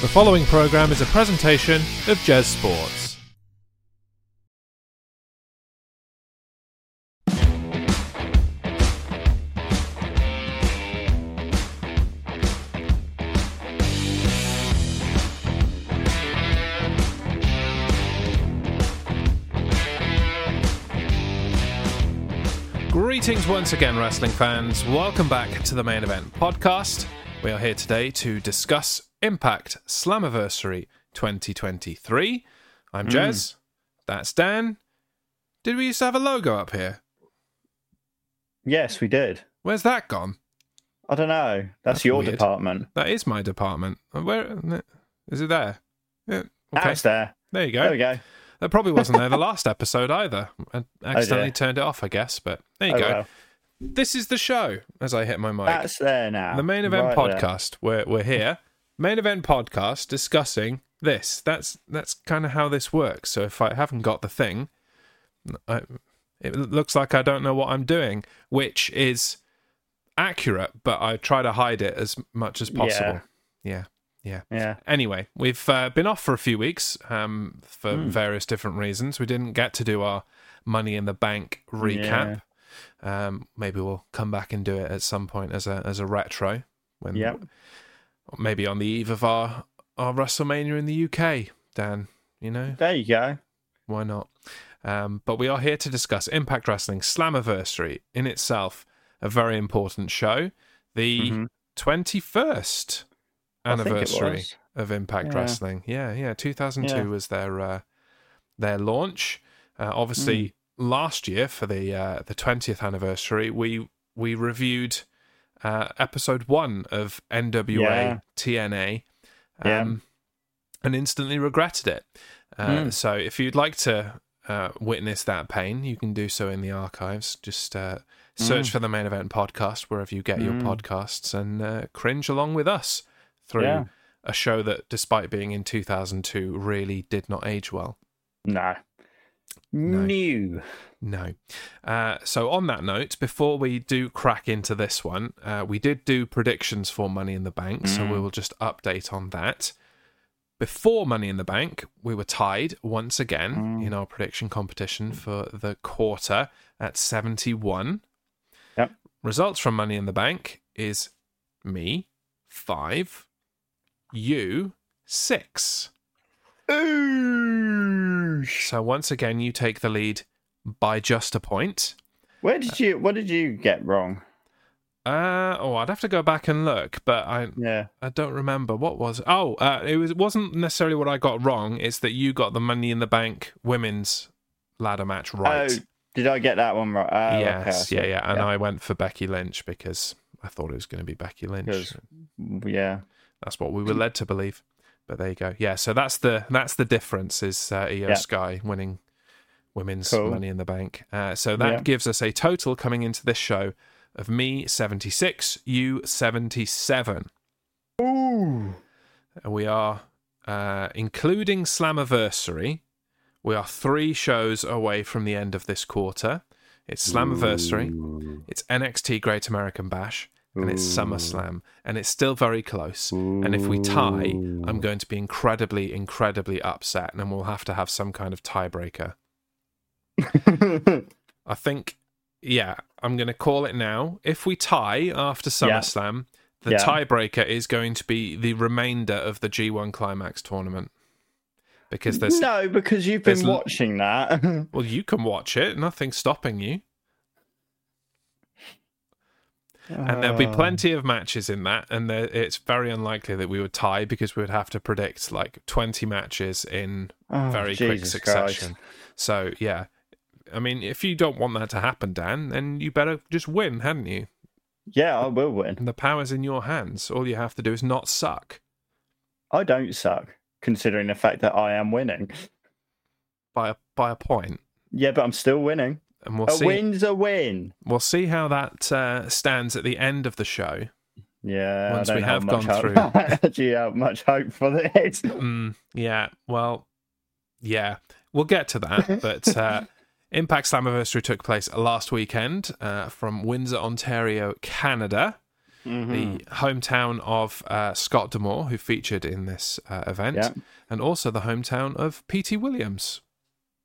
The following program is a presentation of Jazz Sports. Greetings once again, wrestling fans. Welcome back to the Main Event Podcast. We are here today to discuss Impact Slammiversary 2023. I'm Hmm. Jez. That's Dan. Did we used to have a logo up here? Yes, we did. Where's that gone? I don't know. That's, That's your weird. department. That is my department. Uh, Where is it there? Yeah. Okay. That's there. There you Ah, There go. we go. That probably wasn't there the last episode either. I accidentally turned it off, I guess, but there you Oh, go. well. This is the show as I hit my mic. That's there now. the main event Right there. podcast. We're we're here. Main event podcast discussing this. That's that's kind of how this works. So if I haven't got the thing, I, it looks like I don't know what I'm doing, which is accurate, but I try to hide it as much as possible. Yeah. Yeah. Yeah. Anyway, we've uh, been off for a few weeks um, for Hmm. various different reasons. We didn't get to do our Money in the Bank recap. Um, maybe we'll come back and do it at some point as a as a retro. When Yep. maybe on the eve of our our WrestleMania in the UK, Dan. You know There you go. why not? Um, but we are here to discuss Impact Wrestling Slammiversary in itself, a very important show. The Mhm. twenty first I think it anniversary was. of Impact Yeah. Wrestling. Yeah, yeah. 2002 Yeah. was their uh, their launch. Uh, Mm. obviously, last year for the uh, the 20th anniversary, we we reviewed uh, episode one of NWA Yeah. TNA, Yeah. um, and instantly regretted it. Uh, Mm. So, if you'd like to uh, witness that pain, you can do so in the archives. Just uh, search for the main event podcast wherever you get your Mm. podcasts and uh, cringe along with us through Yeah. a show that, despite being in 2002, really did not age well. No. New. No. Uh, so, on that note, before we do crack into this one, uh, we did do predictions for Money in the Bank, so Mm. we will just update on that. Before Money in the Bank, we were tied once again Mm. in our prediction competition for the quarter at 71. Yep. Results from Money in the Bank is me, five, you, six. Oosh. So, once again, you take the lead by just a point. Where did you? What did you get wrong? Uh oh, I'd have to go back and look, but I Yeah. I don't remember what was. Oh, uh, it was it wasn't necessarily what I got wrong. It's that you got the Money in the Bank women's ladder match right. Oh, did I get that one right? Oh, okay, I yes, see. yeah, yeah. And I went for Becky Lynch because I thought it was going to be Becky Lynch. Because- Yeah. That's what we Mm. were led to believe. But there you go. Yeah, so that's the that's the difference is uh, Io Yeah. Sky winning women's Cool. Money in the Bank. Uh, so that Yeah. gives us a total coming into this show of me seventy six, you seventy seven. Ooh. We are, uh, including Slammiversary, we are three shows away from the end of this quarter. It's Slammiversary, it's NXT Great American Bash, and it's SummerSlam. And it's still very close. And if we tie, I'm going to be incredibly, incredibly upset, and we'll have to have some kind of tiebreaker. I think, yeah, I'm going to call it now. If we tie after Yeah. SummerSlam, the Yeah. tiebreaker is going to be the remainder of the G1 Climax tournament. Because there's, no, because you've there's been l- watching that. well, you can watch it, nothing's stopping you. And there'll be Oh. plenty of matches in that, and there, it's very unlikely that we would tie because we would have to predict like 20 matches in Oh, very quick Jesus succession. Christ. So, yeah. I mean, if you don't want that to happen, Dan, then you better just win, hadn't you? Yeah, I will win. And the power's in your hands. All you have to do is not suck I don't suck, considering the fact that I am winning. by a by a point, Yeah, but I'm still winning. and we'll a see. win's a win. We'll see how that uh, stands at the end of the show. Yeah. I Once we don't have much gone hope- Do you have much hope for this? Mm, yeah. Well, yeah. We'll get to that. But uh, Impact Slammiversary took place last weekend uh, from Windsor, Ontario, Canada. Mm-hmm. the Hmm. hometown of uh, Scott Demore, who featured in this uh, event, Yeah. and also the hometown of P.T. Williams,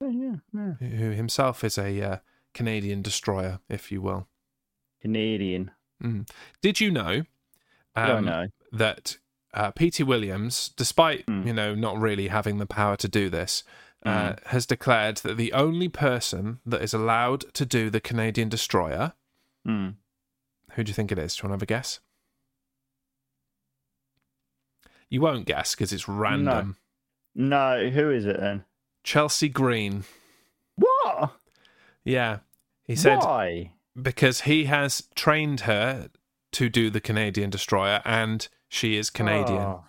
Oh, yeah, yeah. who himself is a uh, Canadian destroyer, if you will. Canadian. Mm. Did you know Oh um, no. that uh, P.T. Williams, despite Mm. you know not really having the power to do this, uh, Hmm. has declared that the only person that is allowed to do the Canadian destroyer, Mm. who do you think it is? Do you want to have a guess? You won't guess because it's random. No, who is it then? Chelsea Green. What? Yeah. He said Why? because he has trained her to do the Canadian destroyer and she is Canadian. Oh,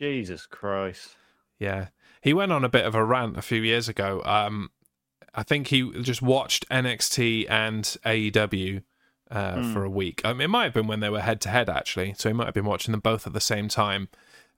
Jesus Christ. Yeah. He went on a bit of a rant a few years ago. Um, I think he just watched NXT and AEW uh, Hmm. for a week. Um, it might have been when they were head to head, actually. So he might have been watching them both at the same time.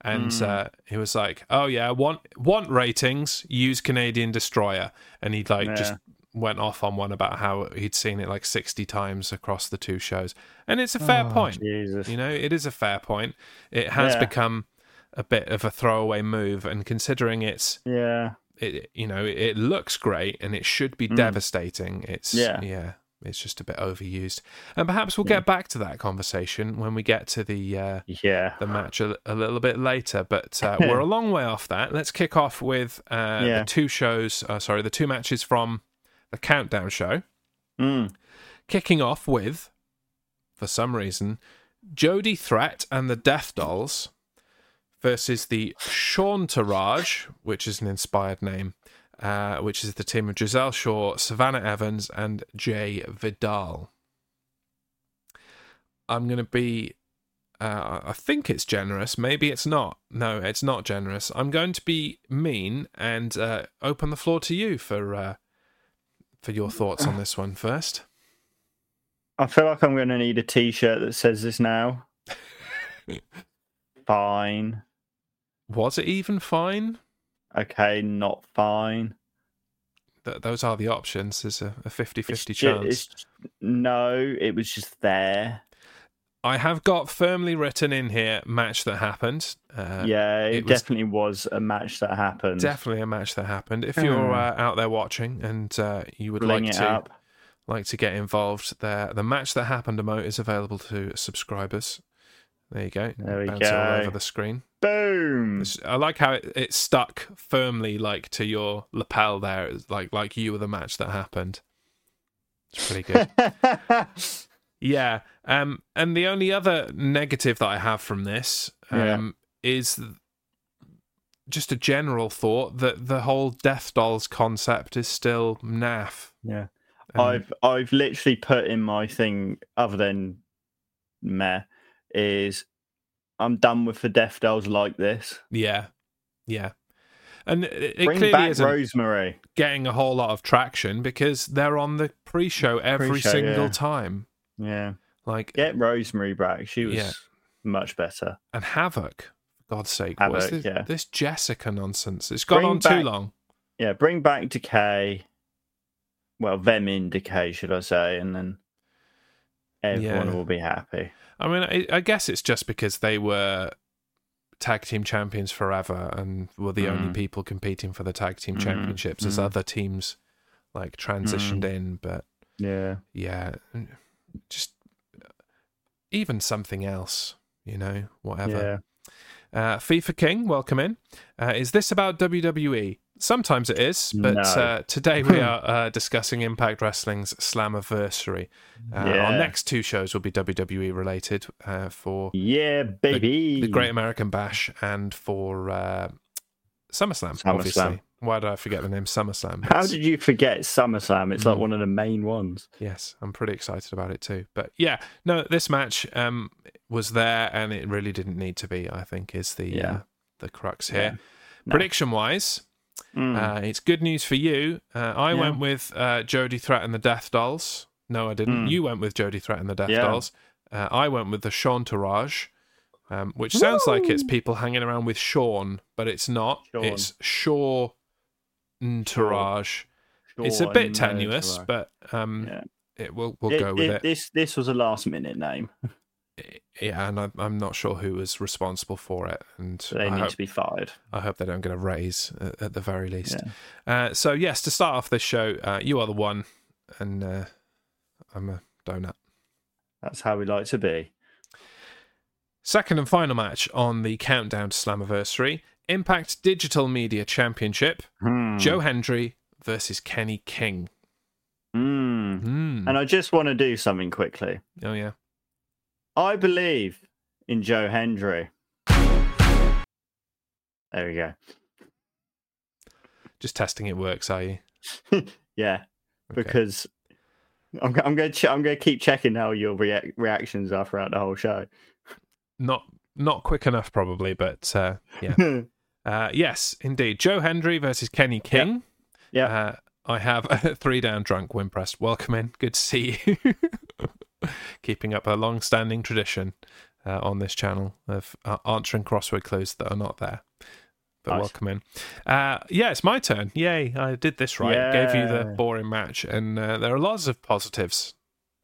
And Hmm. uh, he was like, "Oh yeah, want want ratings? Use Canadian Destroyer." And he like just Yeah. went off on one about how he'd seen it like sixty times across the two shows, and it's a fair Oh, point. Jesus. You know, it is a fair point. It has Yeah. become a bit of a throwaway move, and considering it's, Yeah. it, you know, it, looks great and it should be Mm. devastating. It's yeah. Yeah. it's just a bit overused. And perhaps we'll Yeah. get back to that conversation when we get to the uh, Yeah. the match a, a little bit later. But uh, we're a long way off that. Let's kick off with uh, Yeah. the two shows. Uh, sorry, the two matches from the countdown show Mm. kicking off with, for some reason, Jody Threat and the Death Dolls versus the Shawntourage, which is an inspired name, uh, which is the team of Giselle Shaw, Savannah Evans, and Jay Vidal. I'm going to be. Uh, I think it's generous. Maybe it's not. No, it's not generous. I'm going to be mean and uh, open the floor to you for uh, for your thoughts on this one first. I feel like I'm going to need a T-shirt that says this now. fine. Was it even fine? Okay, not fine. Th- those are the options. There's a, a 50 50 It's ju- chance. it's- no, it was just there. I have got firmly written in here match that happened. Uh, yeah, it, it was- definitely was a match that happened. Definitely a match that happened. If you're uh, out there watching and uh, you would Bling like it to up. like to get involved, there the match that happened emote is available to subscribers. There you go. There we Bounce all go. Hmm. over the screen. Boom. It's- I like how it, it stuck firmly like to your lapel there, It's like like you were the match that happened. It's pretty good. Yeah. Um, and the only other negative that I have from this um, is th- just a general thought that the whole Death Dolls concept is still naff. Um, yeah, And I've I've literally put in my thing other than meh is I'm done with the Death Dolls like this. yeah, yeah. And it, it Bring clearly back isn't Rosemary. getting a whole lot of traction because they're on the pre-show every Pre-show, single yeah. time. Yeah, Like get Rosemary back. She was Yeah. much better. and Havoc, for God's sake, what's Havoc, this, yeah. this Jessica nonsense? It's gone Bring on too back- long. Yeah, bring back Decay. Well, them in Decay, should I say, and then everyone Yeah. will be happy. I mean, I, I guess it's just because they were tag team champions forever and were the only Mm. people competing for the tag team Mm, championships as mm. other teams like transitioned in. But Yeah. yeah, just uh, even something else, you know, whatever. Yeah. Uh, FIFA King, welcome in. Uh, is this about WWE? Sometimes it is, but No. uh, today we are uh, discussing Impact Wrestling's Slammiversary. Uh, Our Yeah. next two shows will be WWE related uh, for Yeah, baby. the Great American Bash and for uh, SummerSlam, SummerSlam. obviously. Why did I forget the name SummerSlam? How It's- did you forget SummerSlam? It's Mm. like one of the main ones. Yes, I'm pretty excited about it too. But yeah, no, this match um, was there and it really didn't need to be, I think, is the, Yeah. uh, the crux here. No. Prediction wise, Mm. Uh, it's good news for you. Uh, I Hmm. Yeah. went with uh, Jody Threat and the Death Dolls. No, I didn't. Mm. You went with Jody Threat and the Death Yeah. Dolls. Uh, I went with the Shawntourage, um, which sounds like it's Woo! people hanging around with Sean, but it's not. Shawn. It's Shaw Entourage. Sure, It's a I know, bit tenuous, right. but um, Yeah. it, we'll, we'll It- go with it- it. This this was a last minute name. yeah, and I, I'm not sure who was responsible for it. And They I need hope- to be fired. I hope they don't get a raise uh, at the very least. Uh, so yes, to start off this show, uh, you are the one, and uh, I'm a donut. That's how we like to be. Second and final match on the countdown to Slammiversary: Impact Digital Media Championship. Hmm. Joe Hendry versus Kenny King. Hmm. Hmm. And I just want to do something quickly. Oh yeah. I believe in Joe Hendry. There we go. Just testing it works, are you? Yeah, Okay. because I'm, go- I'm going to ch- I'm going to keep checking how your reac reactions are throughout the whole show. not not quick enough probably, but uh, yeah. Mm-hmm. Uh, yes, indeed. Joe Hendry versus Kenny King. Yep. Uh, I have a three down drunk Wimpress. Welcome in. Good to see you. Keeping up a long standing tradition uh, on this channel of uh, answering crossword clues that are not there. But Nice. welcome in. Uh, yeah, it's my turn. Yay, I did this right. Gave you the Yeah. boring match. And uh, there are lots of positives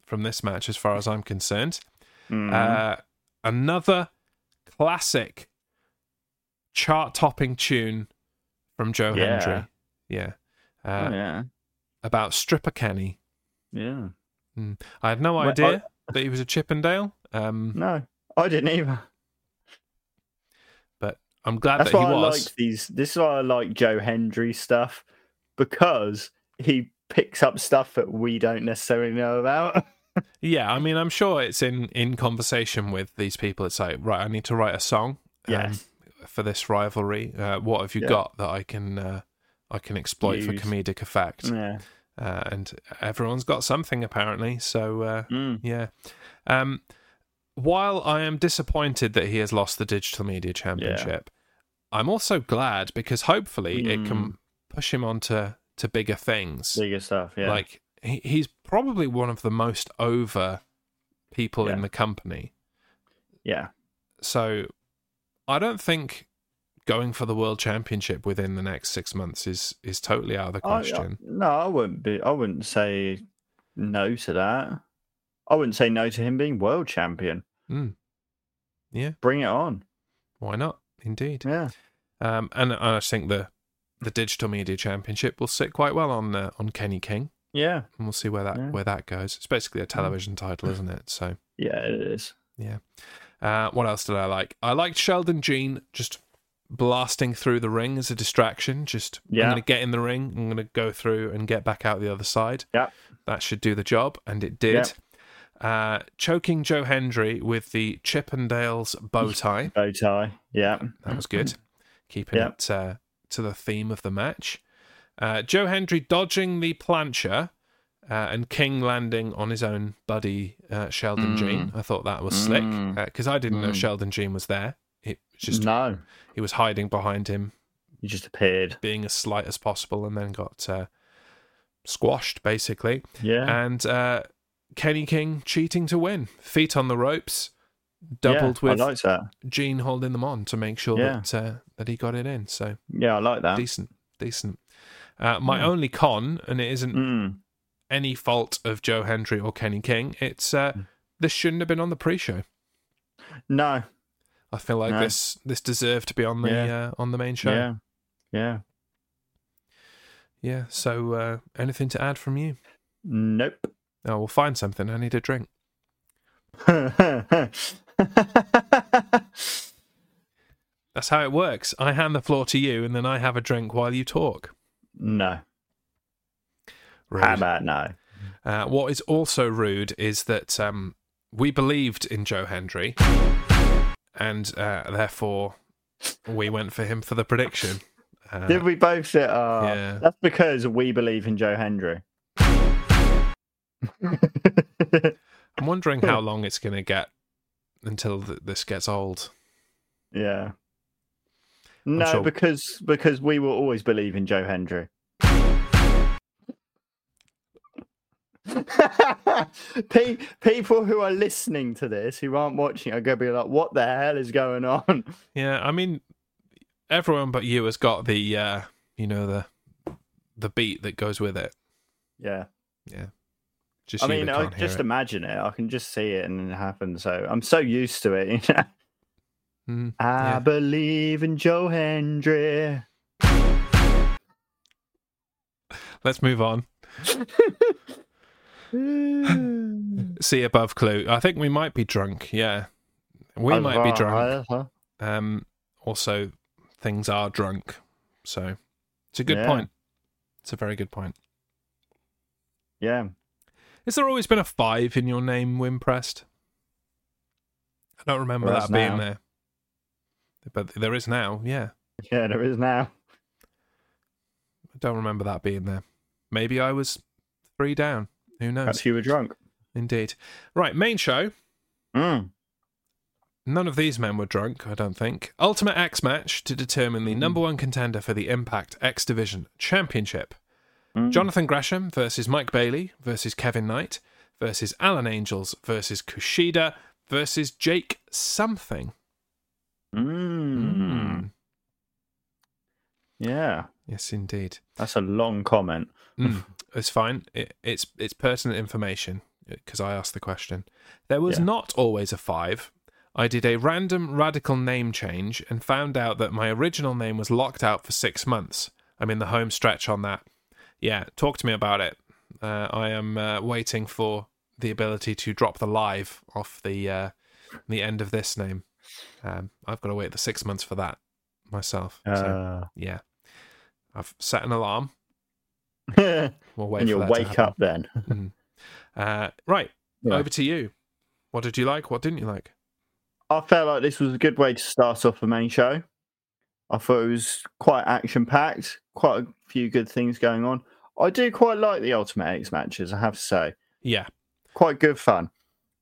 from this match as far as I'm concerned. Hmm. Uh, another classic chart topping tune from Joe Yeah. Hendry. Yeah. Uh, Oh, yeah, About Stripper Kenny. yeah. Mm-hmm. I had no Well, idea that he was a Chippendale, um, No, I didn't either. but I'm glad That's that he why I was. like these. This is why I like Joe Hendry stuff because he picks up stuff that we don't necessarily know about. Yeah, I mean, I'm sure it's in, in conversation with these people. It's like, right, I need to write a song um, Yes. for this rivalry. Uh, what have you Yeah. got that I can uh, I can exploit for Use. comedic effect? yeah. Uh, and everyone's got something apparently. So uh, Mm. Yeah. Um, while I am disappointed that he has lost the digital media championship, I'm also glad because hopefully it Hmm. can push him on to, to bigger things. Bigger stuff. Yeah. Like he, he's probably one of the most over people in Yeah. the company. yeah. So I don't think going for the world championship within the next six months is is totally out of the I- uh, I- question. no, I wouldn't be. I wouldn't say no to that. I wouldn't say no to him being world champion. Mm. Yeah. Bring it on. Why not? Indeed. Yeah. Um, and, and I think the the digital media championship will sit quite well on uh, on Kenny King, Yeah. and we'll see where that Yeah. where that goes. It's basically a television title, isn't it? So, Yeah. It is. uh, what else did I like? I liked Sheldon Jean just blasting through the ring as a distraction. Just I'm Yeah. going to get in the ring, I'm going to go through and get back out the other side. Yeah. that should do the job, and it did. Uh, choking Joe Hendry with the Chippendales bow tie. Bow tie. Yeah. That was good. Keeping Mm-hmm. Yeah. it uh, to the theme of the match. Uh, Joe Hendry dodging the plancher uh, and King landing on his own buddy uh, Sheldon Mm. Jean. I thought that was slick Mm. because I didn't know Mm. Sheldon Jean was there. It was just no. he was hiding behind him, You just appeared. being as slight as possible, and then got uh, squashed basically. Yeah. And uh, Kenny King cheating to win, feet on the ropes, doubled yeah, with I like that. Gene holding them on to make sure Yeah. that uh, that he got it in. So Yeah, Hmm. I like that. decent, decent. Uh, my Yeah. only con, and it isn't Mm. any fault of Joe Hendry or Kenny King, it's Hmm. uh, this shouldn't have been on the pre-show. No. I feel like No. this this deserved to be on the Yeah. uh, on the main show. Yeah. Yeah. Yeah. so uh, anything to add from you? Nope. Oh, we'll find something. I need a drink. That's how it works. I hand the floor to you, and then I have a drink while you talk. no. Rude. How about no? Uh, what is also rude is that um, we believed in Joe Hendry, and uh, therefore we went for him for the prediction. Uh, Did we both sit? Uh, yeah. That's because we believe in Joe Hendry. I'm wondering how long it's going to get until th- this gets old. yeah. No, sure- because because we will always believe in Joe Hendry. Pe- people who are listening to this, who aren't watching, are going to be like, "What the hell is going on?" Yeah, I mean, everyone but you has got the uh, you know the the beat that goes with it. Yeah. Yeah. Just I you mean, that I can't hear just it. imagine it. I can just see it and it happen. So I'm so used to it. You know? Mm, I Yeah. believe in Joe Hendry. Let's move on. we See above clue. I think we might be drunk. Yeah, we might be drunk. Um, also, things are drunk, so it's a good Yeah. point. It's a very good point. Yeah. Is there always been a five in your name, Wimpressed? I don't remember There is that being now. there. But there is now, yeah. Yeah, there is now. I don't remember that being there. Maybe I was three down. Who knows? Perhaps you were drunk. Indeed. Right, main show. Mm. None of these men were drunk, I don't think. Ultimate X match to determine Hmm. the number one contender for the Impact X Division Championship. Mm. Jonathan Gresham versus Mike Bailey versus Kevin Knight versus Alan Angels versus Kushida versus Jake something. Mm. Mm. Yeah. Yes, indeed. That's a long comment. Mm, it's fine. It, it's it's pertinent information because I asked the question. There was Yeah. not always a five. I did a random radical name change and found out that my original name was locked out for six months. I'm in the home stretch on that. Yeah, talk to me about it. Uh, I am uh, waiting for the ability to drop the live off the uh, the end of this name. Um, I've got to wait the six months for that myself. so, Uh, yeah, I've set an alarm. and We'll wait. for you'll that to wake happen. up then. Uh, right, Yeah. over to you. What did you like? What didn't you like? I felt like this was a good way to start off the main show. I thought it was quite action packed, quite a few good things going on. I do quite like the Ultimate X matches, I have to say. Yeah, Quite good fun.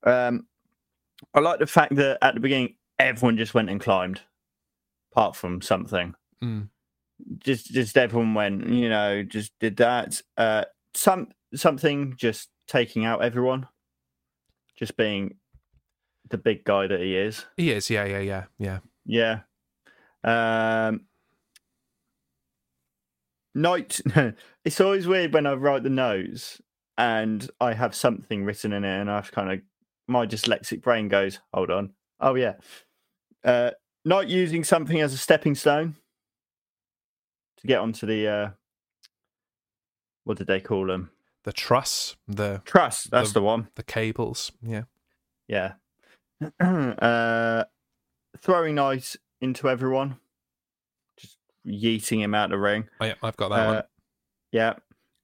Um, I like the fact that at the beginning, everyone just went and climbed, apart from something. mm, Just, just everyone went, you know, just did that. Uh, some something just taking out everyone, just being the big guy that he is. he is. Yeah, yeah, yeah, yeah. Yeah. Um Night it's always weird when I write the notes and I have something written in it and I've kind of my dyslexic brain goes, hold on. Oh yeah. Uh not using something as a stepping stone to get onto the uh what did they call them? The truss, the Trust, that's The- the one. the cables. Yeah, Yeah. uh, throwing knives into everyone, just yeeting him out the ring. oh, yeah, I've got that Uh, yeah.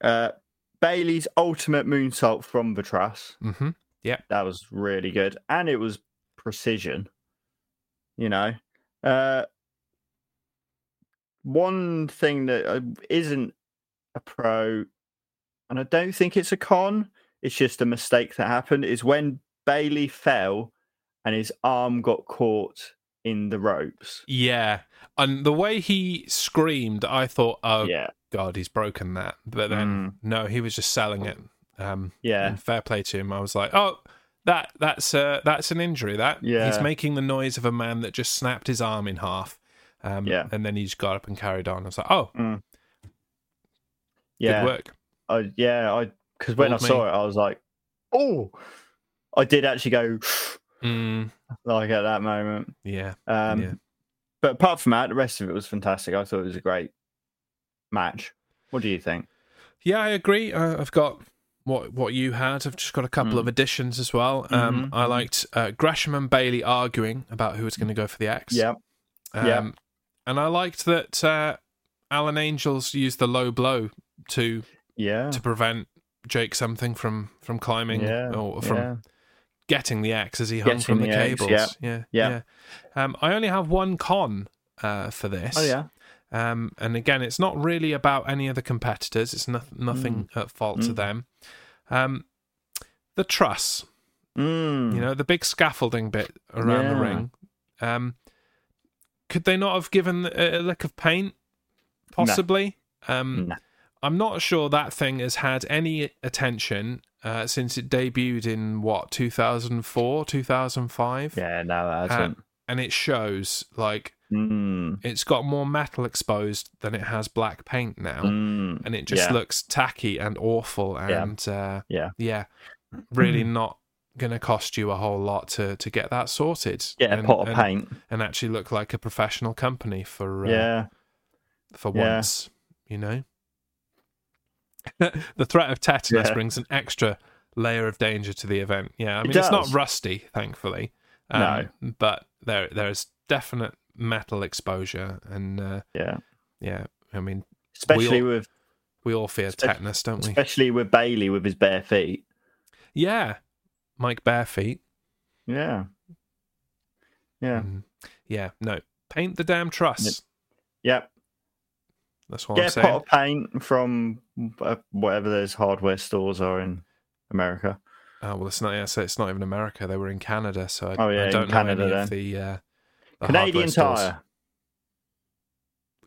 Uh, Bailey's ultimate moonsault from the truss. one. Mm-hmm. That was really good. And it was precision, you know. Uh, one thing that uh, isn't a pro, and I don't think it's a con, it's just a mistake that happened, is when Bailey fell and his arm got caught in the ropes. Yeah, and the way he screamed, I thought, "Oh Yeah. Mm. God, he's broken that." But then, no, he was just selling it. Um, Yeah. and fair play to him. I was like, "Oh, that that's uh, that's an injury. That he's Yeah. making the noise of a man that just snapped his arm in half." Um, Yeah. and then he just got up and carried on. I was like, "Oh, Yeah. good work." I yeah, I because when I Fooled me. saw it, I was like, oh, I did actually go Mm, like at that moment. yeah. Um, Yeah. But apart from that, the rest of it was fantastic. I thought it was a great match. What do you think? Yeah, I agree. Uh, I've got what what you had. I've just got a couple Mm. of additions as well. Um, Mhm, I mhm. liked uh, Gresham and Bailey arguing about who was going to go for the X. Yeah, Um, yeah. And I liked that uh, Alan Angels used the low blow to yeah, to prevent Jake something from from climbing yeah, or from yeah. getting the X as he hung Getting from the, the X, cables. yeah, yeah. yeah. Um, I only have one con uh, for this. Oh yeah, Um, and again, it's not really about any of the competitors. It's no- nothing at fault to Mm. them. Um, the truss, mm. you know, the big scaffolding bit around the Yeah. ring. Um, could they not have given a a lick of paint? Possibly. Um, Nah. I'm not sure that thing has had any attention uh, since it debuted in what 2004, 2005 yeah, no, that Uh, hasn't. and it shows like Mm. It's got more metal exposed than it has black paint now, Mm. and it just Yeah. looks tacky and awful. Yeah. And uh, Yeah. yeah, really not going to cost you a whole lot to to get that sorted. Get a and, pot of and- paint. and actually look like a professional company for uh, Yeah. for Yeah. once, you know. the threat of tetanus Yeah. brings an extra layer of danger to the event. Yeah, I It mean it's not does. rusty, thankfully. um, No. but there there is definite metal exposure, and uh, Yeah. yeah, I mean Especially with we all fear Especially- tetanus, don't we? especially with Bailey with his bare feet. Yeah, Mike Barefeet. Yeah. Yeah. Mm. Yeah, no, paint the damn truss. Yep. That's what I'm Get a saying. pot of paint from uh, whatever those hardware stores are in America. Oh well, it's not. Yeah, so it's not even America. They were in Canada, so I, Oh, yeah, I in don't know Canada any then. of the, uh, the hardware Canadian stores. Tire.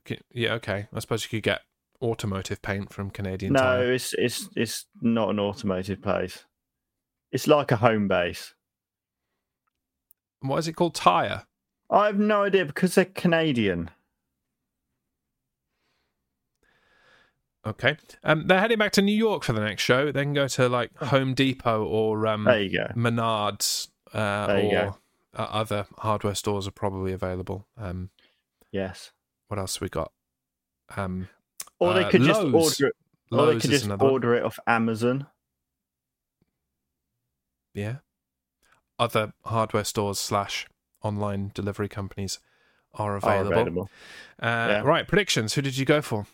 Ca- Yeah, okay. I suppose you could get automotive paint from Canadian no, Tire. it's it's it's not an automated place. It's like a home base. What is it called? Tire. I have no idea because they're Canadian. Okay. Um, they're heading back to New York for the next show. They can go to like Home Depot or um, Oh. There you go. Menards uh, There you or go. Uh, other hardware stores are probably available. Um, Yes. what else have we got? Um, Or they Uh, could just Lowe's. order it. or they Lowe's could is just another. one. order it off Amazon. Yeah. Other hardware stores slash online delivery companies are Are available. available. Uh, yeah. Right, predictions. Who did you go for?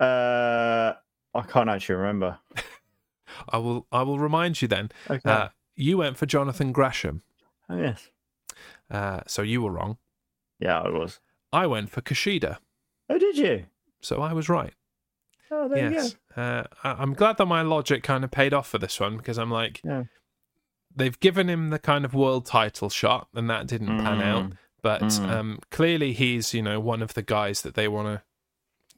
Uh, I can't actually remember. I will. I will remind you then. Okay. Uh, you went for Jonathan Gresham, oh, yes. uh, so you were wrong. Yeah, I was. I went for Kushida, Oh, did you? so I was right. Oh, there you yes. Uh, I- I'm glad that my logic kind of paid off for this one because I'm like, Yeah. they've given him the kind of world title shot, and that didn't pan Mm. out. But Mm. um, clearly, he's you know one of the guys that they want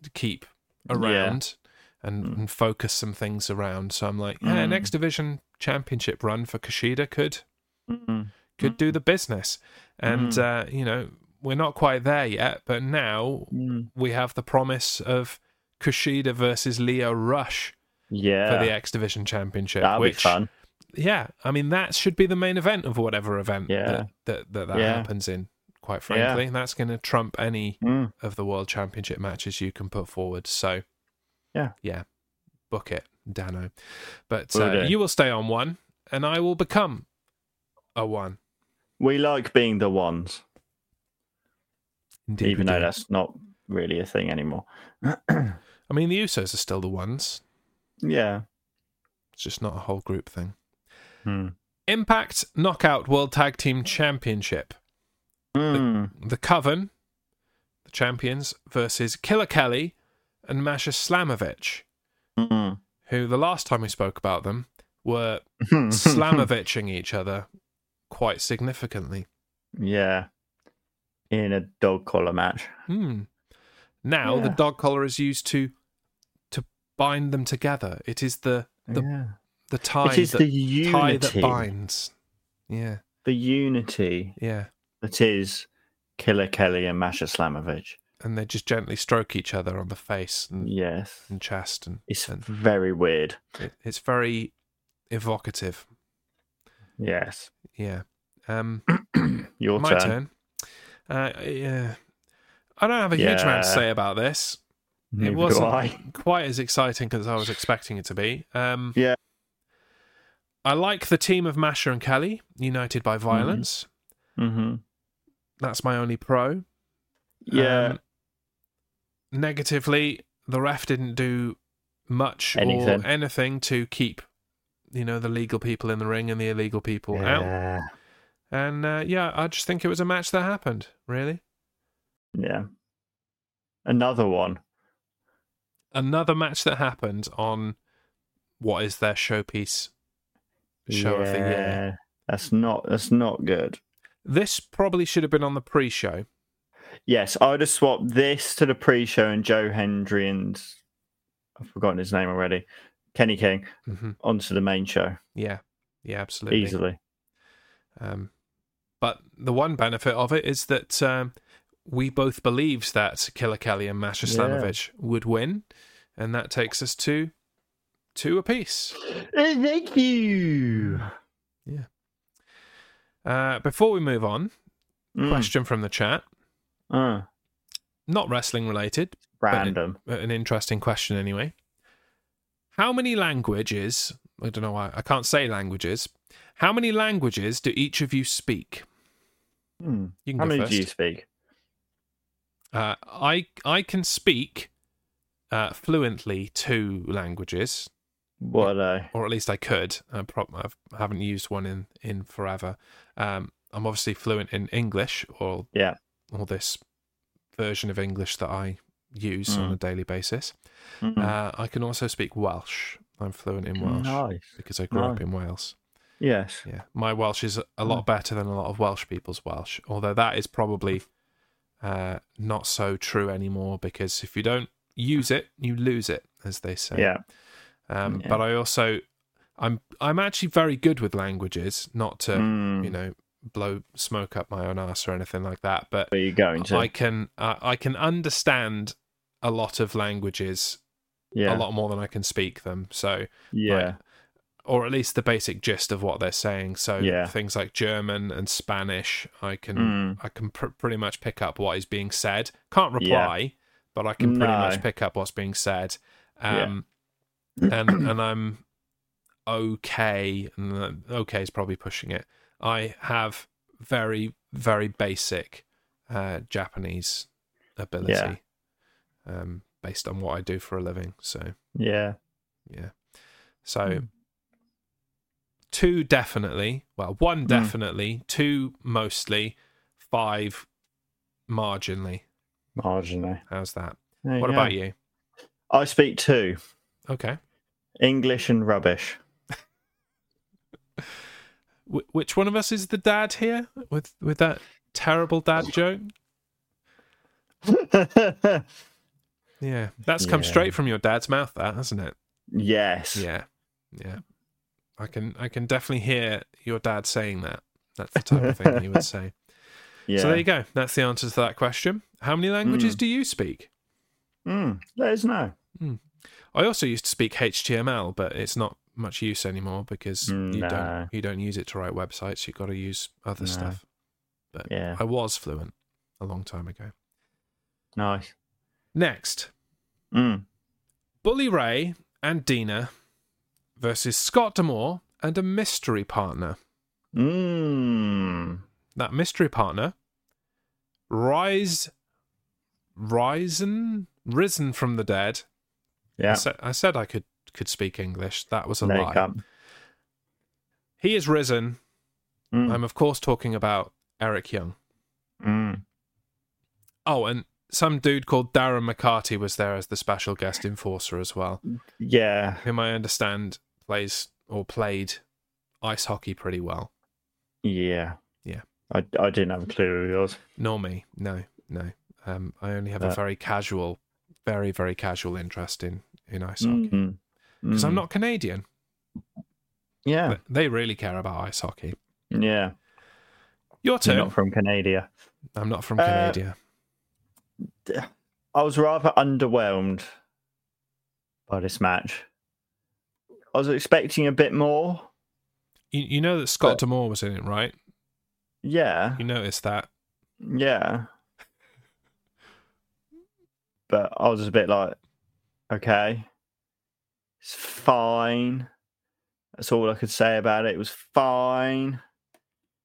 to keep around and, Mm. and focus some things around. So I'm like, yeah, Mm. next division championship run for Kushida could go. Mm. could do the business. And uh, you know, we're not quite there yet, but now Mm. we have the promise of Kushida versus Leo Rush Yeah. for the X Division Championship. That'll which, be fun. Yeah, I mean that should be the main event of whatever event Yeah. that that, that, that Yeah. happens in. Quite frankly, and that's going to trump any Mm. of the World Championship matches you can put forward. So, Yeah. yeah, book it, Dano. But Will uh, do. you will stay on one, and I will become a one. We like being the ones, Indeed, we even though do. that's not really a thing anymore. I mean, the Usos are still the ones. Yeah. It's just not a whole group thing. Hmm. Mm. Impact Knockout World Tag Team Championship. Mm. The Coven, the champions, versus Killer Kelly and Masha Slamovich, Mm. who the last time we spoke about them were Slamoviching each other quite significantly. Yeah. In a dog collar match. Hmm. Now the Yeah. dog collar is used to to bind them together. It is the the, yeah. the tie it is that the tie that unity, binds. Yeah, the unity yeah. that is Killer Kelly and Masha Slamovich. And they just gently stroke each other on the face and Yes, and chest, and it's And- very weird. it, it's very evocative. Yes, Yeah. Um, your my turn. turn. Uh, yeah. I don't have a huge amount to Yeah. say about this. it Neither do wasn't I. quite as exciting as I was expecting it to be. Um, Yeah. I like the team of Masha and Kelly, united by Mm-hmm. violence. Mhm. Um, That's my only pro. Yeah, Um, negatively, the ref didn't do much Anything. or anything to keep, you know, the legal people in the ring and the illegal people out. yeah. And uh, yeah, I just think it was a match that happened. Really, yeah. Another one. another match that happened on what is their showpiece show of the year. Yeah. That's not. That's not good. This probably should have been on the pre-show. Yes, I would have swapped this to the pre-show and Joe Hendry and I've forgotten his name already. Kenny King hmm onto the main show Yeah, yeah, absolutely. easily. Um, but the one benefit of it is that um, we both believed that Killer Kelly and Masha Yeah. Slamovich would win, and that takes us to two apiece. Eh, Thank you. Uh, before we move on, Mm. question from the chat, Uh, not wrestling related, random. but an interesting question anyway. How many languages? I don't know why I can't say languages. How many languages do each of you speak? Hmm. You can How go many first. do you speak? Uh, I I can speak uh, fluently two languages, What uh, are they? or at least I could. I, pro- I've, I haven't used one in in forever. Um, I'm obviously fluent in English, or Yeah. or this version of English that I use on a daily basis. Mm. Uh, I can also speak Welsh. I'm fluent in Welsh Nice. because I grew up in Wales. Yes. Yeah, my Welsh is a Hmm. lot better than a lot of Welsh people's Welsh, although that is probably uh, not so true anymore because if you don't use it, you lose it, as they say. Yeah. Um, Yeah. But I also, I'm I'm actually very good with languages. Not to Mm. you know blow smoke up my own ass or anything like that, but Where are you going to? I can uh, I can understand a lot of languages yeah. a lot more than I can speak them. So Yeah. or at least the basic gist of what they're saying. So Yeah. things like German and Spanish, I can Mm. I can pr- pretty much pick up what is being said. Can't reply, but I can pretty No. much pick up what's being said. Yeah. Um, and and I'm okay. And uh, okay is probably pushing it. I have very very basic uh, Japanese ability, Yeah. um, based on what I do for a living. So. Yeah. Yeah. So Mm. two definitely, well, one Mm. definitely, two mostly, five marginally. Marginally. How's that? There What go. about you? I speak two Okay. English and rubbish. Wh- which one of us is the dad here with with that terrible dad joke? Yeah. That's come Yeah. straight from your dad's mouth that, hasn't it? yes. Yeah. Yeah. I can I can definitely hear your dad saying that. That's the type of thing he would say. Yeah. Hmm. So there you go. That's the answer to that question. How many languages do you speak? Mm, let us know. I also used to speak HTML, but it's not much use anymore because you No. don't you don't use it to write websites. You've got to use other No. stuff. Yeah. I was fluent a long time ago. Nice. Next, Mm. Bully Ray and Dina versus Scott Damore and a mystery partner. Mm. That mystery partner, Rise, risen, risen from the dead. I, Yeah. said, I said I could could speak English. That was a There you lie. come. He is risen. Mm. I'm of course talking about Eric Young. Mm. Oh, and some dude called Darren McCarty was there as the special guest enforcer as well, Hmm. Yeah. whom I understand plays or played ice hockey pretty well. Yeah. Yeah. I, I didn't have a clue who he was. Nor me, no, no. Um, I only have a Uh. very casual, very very casual interest in in ice hockey Mm. because I'm Mm. not Canadian. Yeah. Th- They really care about ice hockey. Yeah. Your You're turn. not from Canada. I'm not from Uh, Canada. I was rather underwhelmed by this match. I was expecting a bit more. You, you know that Scott Damore was in it, right? Yeah. You noticed that. Yeah. But I was a bit like, okay, it's fine. That's all I could say about it. It was fine.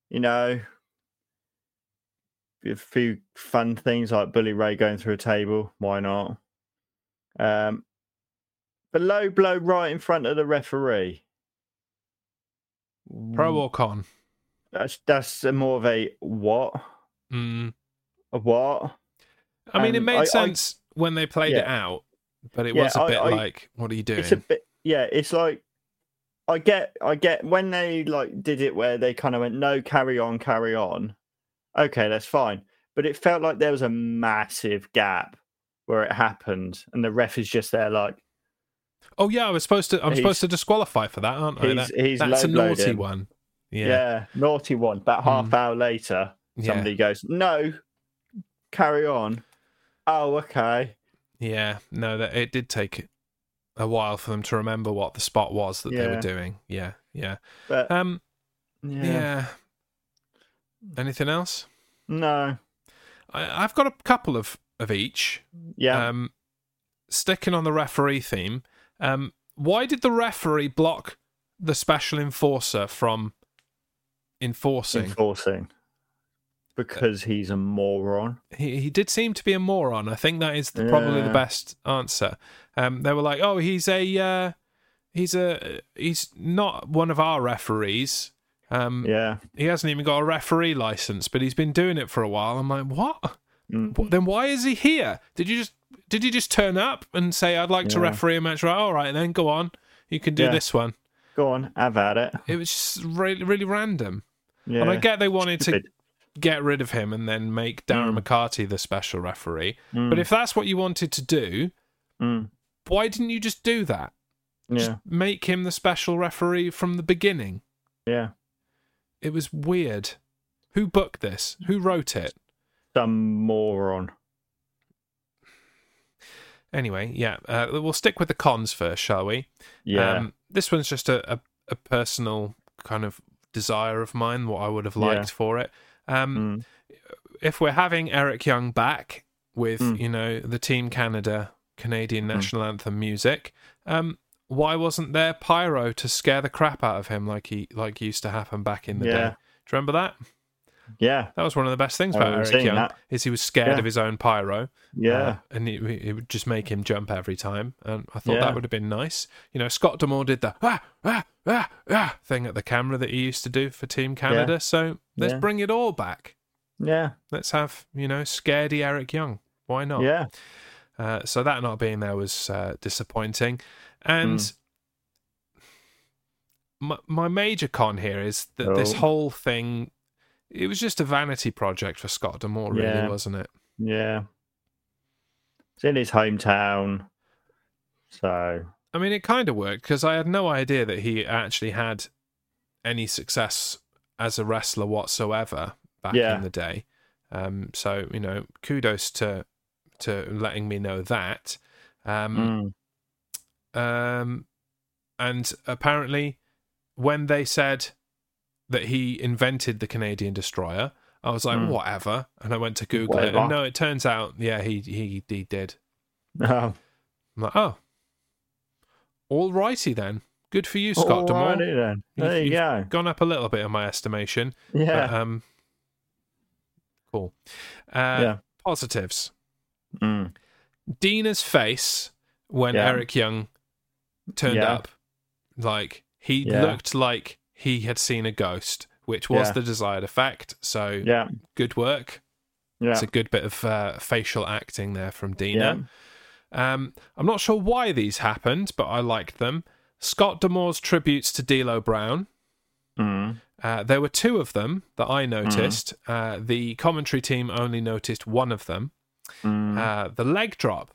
You know, a few fun things like Bully Ray going through a table. Why not? Um, but low blow right in front of the referee. Hmm. Pro or con? That's that's a more of a what? Mm. A what? I mean, it Um, made I- I- sense when they played it out, but it Yeah, was a I- bit I- like, "What are you doing?" It's a bit, yeah. It's like I get, I get when they like did it where they kind of went, no, carry on, carry on. Okay, that's fine. But it felt like there was a massive gap where it happened, and the ref is just there, like oh yeah, I was supposed to. I'm He's- supposed to disqualify for that, aren't I? he's That- he's that's a low-blowed naughty him. one. Yeah. Yeah, naughty one. About half Mm. hour later, yeah. somebody goes, no, carry on. Oh, okay. Yeah, no, that it did take a while for them to remember what the spot was that they were Yeah. doing. Yeah, yeah. But Um, yeah. yeah. Anything else? No. I, I've got a couple of of each. Yeah. Um, sticking on the referee theme. Um, why did the referee block the special enforcer from enforcing? Uh, enforcing. Because he's a moron. he, he did seem to be a moron. I think that is the, probably the Yeah. best answer. Um, they were like, "Oh, he's a uh, he's a he's not one of our referees. Um, Yeah. He hasn't even got a referee license, but he's been doing it for a while." I'm like, "What? Mm. Wh- Then why is he here? Did you just did you just turn up and say I'd like to Yeah. referee a match? Right, all right, then go on, you can do Yeah. this one." Go on, have at it. It was just really really random, Yeah. and I get they wanted to Stupid. get rid of him and then make Darren McCarty the special referee. Mm. But if that's what you wanted to do, Mm. why didn't you just do that? Yeah. Make him the special referee from the beginning. Yeah. It was weird. Who booked this? Who wrote it? Some moron. Anyway, yeah, uh, we'll stick with the cons first, shall we? Um, Yeah. this one's just a, a, a personal kind of desire of mine, what I would have liked Yeah. for it. Um, Mm. if we're having Eric Young back with Mm. you know the Team Canada Canadian national anthem music, um, why wasn't there pyro to scare the crap out of him like he like used to happen back in the day? Do Yeah. you remember that? Yeah. That was one of the best things I about remember Eric seeing Young that. is he was scared Yeah. of his own pyro. Yeah. Uh, and it, it would just make him jump every time. And I thought Yeah. that would have been nice. You know, Scott Damore did the ah, ah, ah, ah thing at the camera that he used to do for Team Canada. So let's Yeah. bring it all back. yeah. Let's have, you know, scaredy Eric Young. Why not? Yeah. Uh, so that not being there was uh, disappointing. And my, my major con here is that this Hmm. Oh. whole thing, it was just a vanity project for Scott Damore, really, Yeah. wasn't it? Yeah. It's in his hometown. So, I mean, it kind of worked because I had no idea that he actually had any success as a wrestler whatsoever back Yeah. in the day. Um, so you know, kudos to to letting me know that. Um, mm. um, and apparently, when they said that he invented the Canadian destroyer, I was like, Mm. whatever. And I went to Google it, Whatever. and no, it turns out, yeah, he he he did. oh, I'm like, oh, all righty then. Good for you, Scott Demore. oh, alrighty then. There You've- you go. Gone up a little bit in my estimation. Yeah. But, um, cool. Uh, Yeah. Positives. Mm. Dina's face when Yeah. Eric Young turned Yeah. up, like he Yeah. looked like he had seen a ghost, which was Yeah. the desired effect. So Yeah. good work. Yeah. It's a good bit of uh, facial acting there from Dina. yeah. Um, I'm not sure why these happened, but I liked them. Scott Damore's tributes to D'Lo Brown. Mm. Uh, there were two of them that I Hmm. noticed. Uh, the commentary team only noticed one of them. Mm. Uh, the leg drop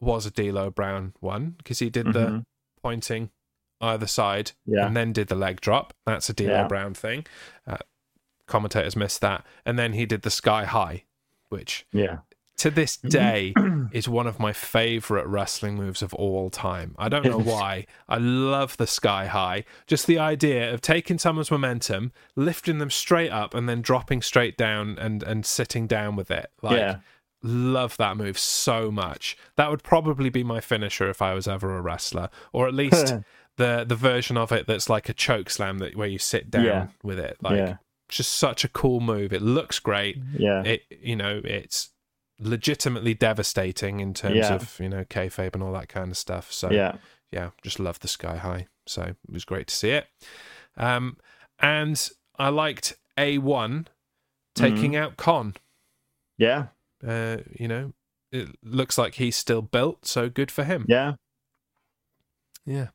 was a D'Lo Brown one because he did the Mhm. pointing either side Yeah. and then did the leg drop. That's a D'Lo Yeah. Brown thing. Uh, commentators missed that. And then he did the sky high, which Yeah. to this Mm-hmm. day is one of my favorite wrestling moves of all time. I don't know why. I love the sky high. Just the idea of taking someone's momentum, lifting them straight up, and then dropping straight down and and sitting down with it. Like, Yeah. love that move so much. That would probably be my finisher if I was ever a wrestler, or at least the the version of it that's like a choke slam that where you sit down Yeah. with it. Like, yeah. just such a cool move. It looks great Yeah. it you know it's legitimately devastating in terms Yeah. of you know kayfabe and all that kind of stuff. So Yeah. yeah, just love the sky high. So it was great to see it. Um, and I liked A one taking Mm-hmm. out Con. Yeah. Uh, you know, it looks like he's still built, so good for him. Yeah. Yeah.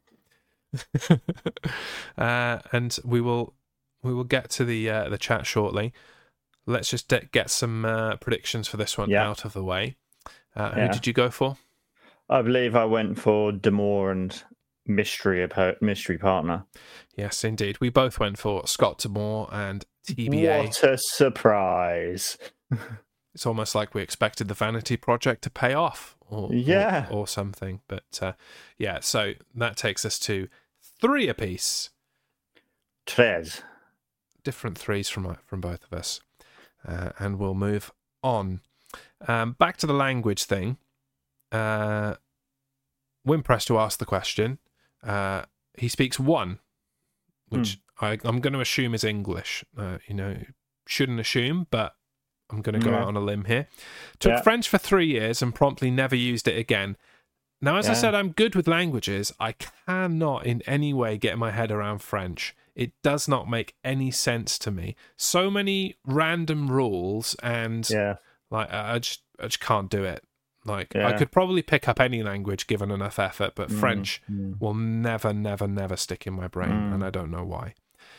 uh, and we will we will get to the uh, the chat shortly. Let's just de- get some uh, predictions for this one Yeah. out of the way. Uh, Yeah. Who did you go for? I believe I went for Demore and mystery ap- mystery partner. Yes, indeed. We both went for Scott Damore and TBA. What a surprise! it's almost like we expected the Vanity Project to pay off or, or- Yeah. or, something. But uh, yeah, so that takes us to three apiece, Tres. different threes from, from both of us. Uh, and we'll move on. Um, back to the language thing. Uh, Wimpress to ask the question. Uh, he speaks one, which Hmm. I, I'm going to assume is English. Uh, you know, shouldn't assume, but I'm going to go Yeah. out on a limb here. Took Yeah. French for three years and promptly never used it again. Now, as I Yeah. said, I'm good with languages. I cannot in any way get my head around French. It does not make any sense to me. So many random rules and Yeah. like I I just I just can't do it. Like I Yeah. could probably pick up any language given enough effort, but Mm, French mm, will never, never, never stick in my brain, Mm. and I don't know why.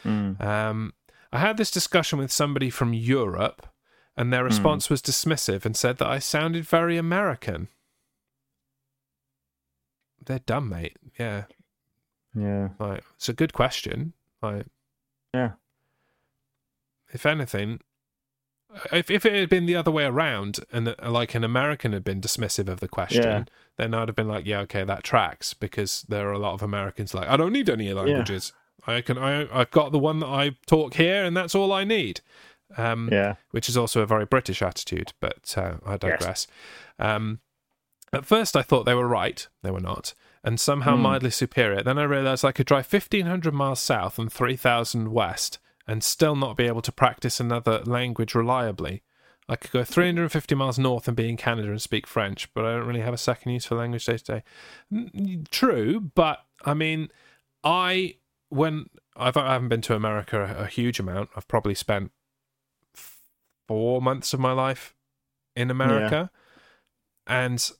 mm. Um, I had this discussion with somebody from Europe, and their response was dismissive and said that I sounded very American. They're dumb, mate. Yeah, Yeah. like it's a good question. Like, Yeah. if anything, if if it had been the other way around, and uh, like an American had been dismissive of the question, Yeah. then I'd have been like, yeah, okay, that tracks, because there are a lot of Americans like, I don't need any languages. I can, I, I've got the one that I talk here, and that's all I need. Um, Yeah. which is also a very British attitude, but uh, I digress. Um, at first, I thought they were right. They were not. And somehow Hmm. mildly superior. Then I realised I could drive 1,500 miles south and 3,000 west and still not be able to practice another language reliably. I could go 350 miles north and be in Canada and speak French, but I don't really have a second use for language day to day. N- True, but I mean, I when I've, I haven't been to America a, a huge amount. I've probably spent f- four months of my life in America, and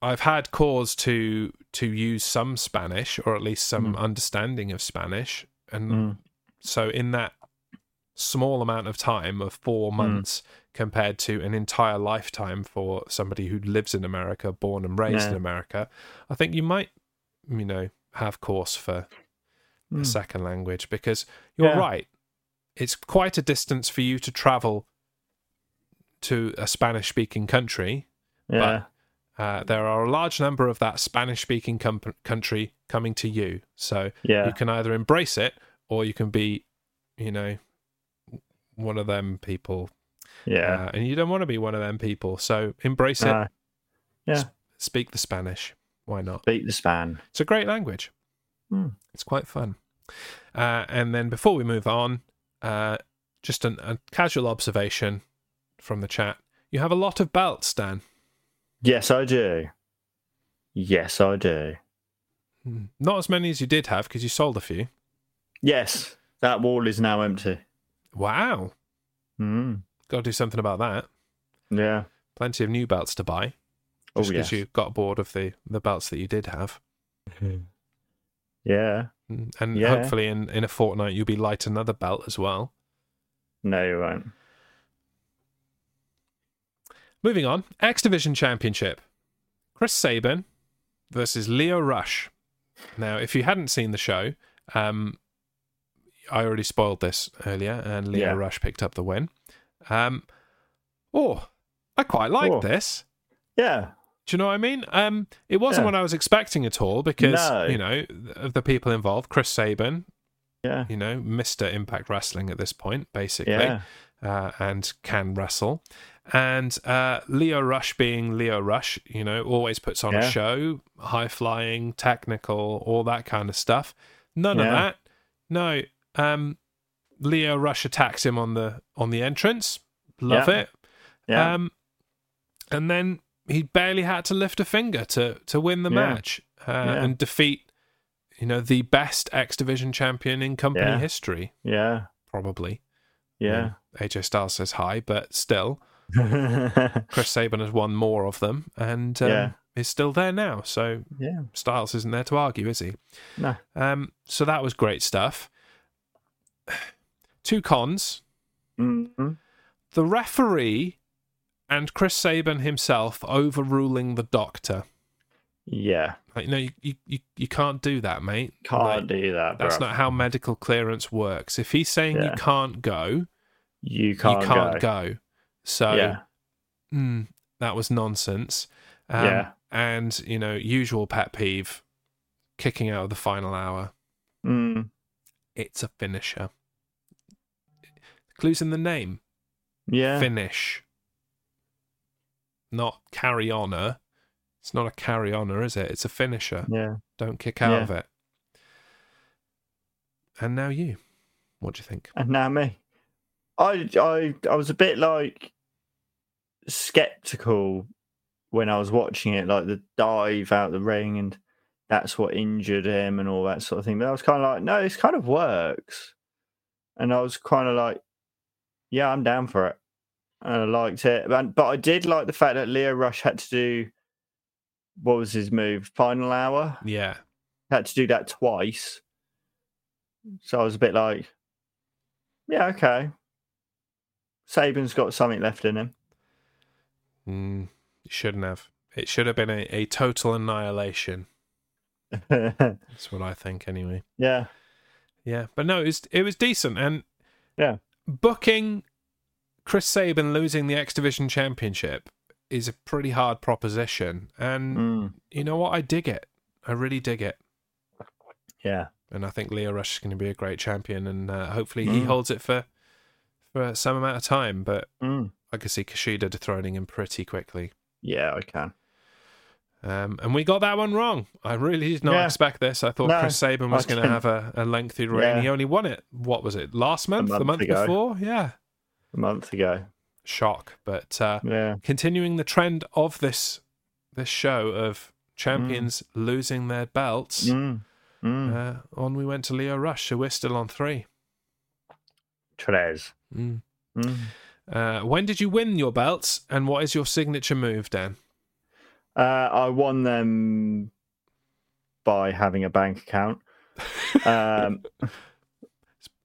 I've had cause to to use some Spanish or at least some Mm. understanding of Spanish, and Mm. so in that small amount of time of Mm. four months compared to an entire lifetime for somebody who lives in America, born and raised Yeah. in America, I think you might, you know, have course for a Mm. second language because you're Yeah. right. It's quite a distance for you to travel to a Spanish speaking country. Yeah. Uh, there are a large number of that Spanish speaking com- country coming to you. So Yeah. you can either embrace it or you can be you know one of them people Yeah. Uh, and you don't want to be one of them people so embrace it Uh, speak the spanish why not beat the span. it's a great language Hmm. it's quite fun uh, and then before we move on uh, just an, a casual observation from the chat you have a lot of belts dan Yes, I do. Yes, I do. Hmm. not as many as you did have because you sold a few Yes, that wall is now empty. wow Mm. gotta do something about that Yeah. plenty of new belts to buy Oh, just because yes. you got bored of the the belts that you did have Yeah. Mm, and Yeah. hopefully in in a fortnight you'll be light another belt as well No, you won't. moving on x division championship chris sabin versus leo rush now if you hadn't seen the show um i already spoiled this earlier and leo Yeah. rush picked up the win um oh i quite like Oh. this Yeah. Do you know what I mean? Um, it wasn't Yeah. what I was expecting at all because No. you know of the people involved, Chris Sabin, Yeah. you know, Mister Impact Wrestling at this point, basically, Yeah. uh, and can wrestle, and uh, Leo Rush being Leo Rush, you know, always puts on a Yeah. show, high flying, technical, all that kind of stuff. None of Yeah. that. No. Um, Leo Rush attacks him on the on the entrance. Love Yeah. it. Yeah. Um, and then he barely had to lift a finger to to win the Yeah. match uh, Yeah. and defeat, you know, the best X Division champion in company Yeah. history, yeah. probably. Yeah. AJ Styles says hi, but still, Yeah. Chris Sabin has won more of them and um, Yeah. is still there now. So Styles isn't there to argue, is he? No. Um, so that was great stuff. Two cons. Mhm. the referee and Chris Saban himself overruling the doctor. Yeah. Like, no, you, you, you, you can't do that, mate. Can't Like, do that, bro. that's not how medical clearance works. If he's saying you Yeah. can't go, you can't, you can't go. go. So Yeah. mm, that was nonsense. Um, Yeah. And, you know, usual pet peeve, kicking out of the final hour. Mm, It's a finisher. Clues in the name. yeah. Finish. Not carry oner. It's not a carry oner, is it? It's a finisher. yeah. Don't kick out Yeah. of it. And now you. What do you think? And now me. I, I, I was a bit like skeptical when I was watching it, like the dive out the ring and that's what injured him and all that sort of thing. But I was kind of like, no, this kind of works. And I was kind of like, yeah, I'm down for it. And I liked it. But, but I did like the fact that Leo Rush had to do, what was his move? Final hour? Yeah. had to do that twice. So I was a bit like, yeah, okay. Saban's got something left in him. Mm, you shouldn't have. It should have been a, a total annihilation. That's what I think, anyway. yeah. Yeah, but no, it was it was decent and Yeah. booking Chris Sabin losing the X Division Championship is a pretty hard proposition, and Mm. you know what? I dig it. I really dig it, Yeah. and I think Leo Rush is going to be a great champion, and uh, hopefully he Mm. holds it for for some amount of time. But Mm. I could see Kushida dethroning him pretty quickly. Yeah, I can. Um, and we got that one wrong. I really did not Yeah. expect this. I thought No, Chris Sabin I was going to didn't. have a, a lengthy reign. Yeah. He only won it. What was it? Last month? the month month ago. before? Yeah. A month ago. Shock. But uh, Yeah. continuing the trend of this this show of champions losing their belts, Mm. Mm. uh, on we went to Leo Rush. So we're still on three. Trez. Mm. Mm. Uh, when did you win your belts, and what is your signature move, Dan? Uh, I won them by having a bank account. um,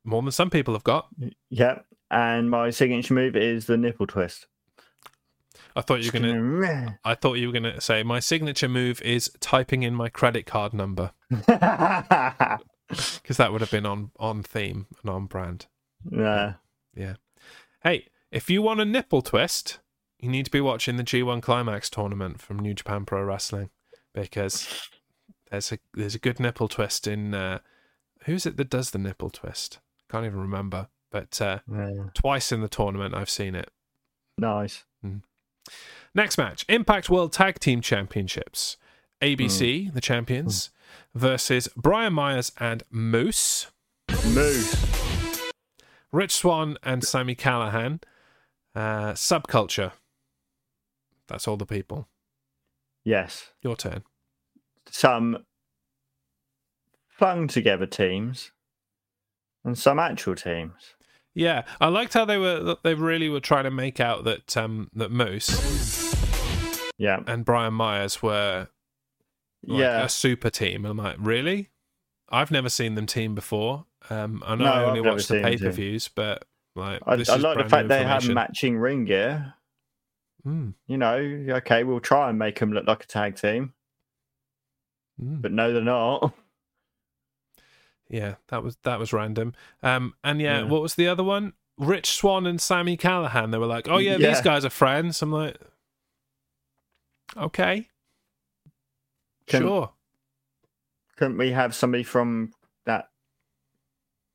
More than some people have got. yeah. And my signature move is the nipple twist. I thought you were going to. I thought you were going to say my signature move is typing in my credit card number gonna. because that would have been on on theme and on brand. yeah. Hey, if you want a nipple twist, you need to be watching the G1 Climax tournament from New Japan Pro Wrestling because there's a there's a good nipple twist in uh, who's it that does the nipple twist? Can't even remember, but uh, yeah. twice in the tournament I've seen it. Nice. Next match Impact World Tag Team Championships. ABC, the champions, versus Brian Myers and Moose, Moose. Rich Swan and Sammy Callahan. Uh, subculture. That's all the people. Yes. Your turn. Some flung together teams and some actual teams. Yeah, I liked how they were. that They really were trying to make out that um, that Moose Yeah. and Brian Myers were like, yeah. a super team. And I'm like, really? I've never seen them team before. Um, I know No, I I've only never watched the seen them pay team. per views, but like, I, this I is like the brand fact new they have information. matching ring gear. Mm, You know, okay, we'll try and make them look like a tag team, mm. but no, they're not. Yeah, that was that was random. Um, and yeah, Yeah. what was the other one? Rich Swan and Sammy Callahan. They were like, "Oh yeah, these Yeah. guys are friends." I'm like, "Okay, Can- sure." Couldn't we have somebody from that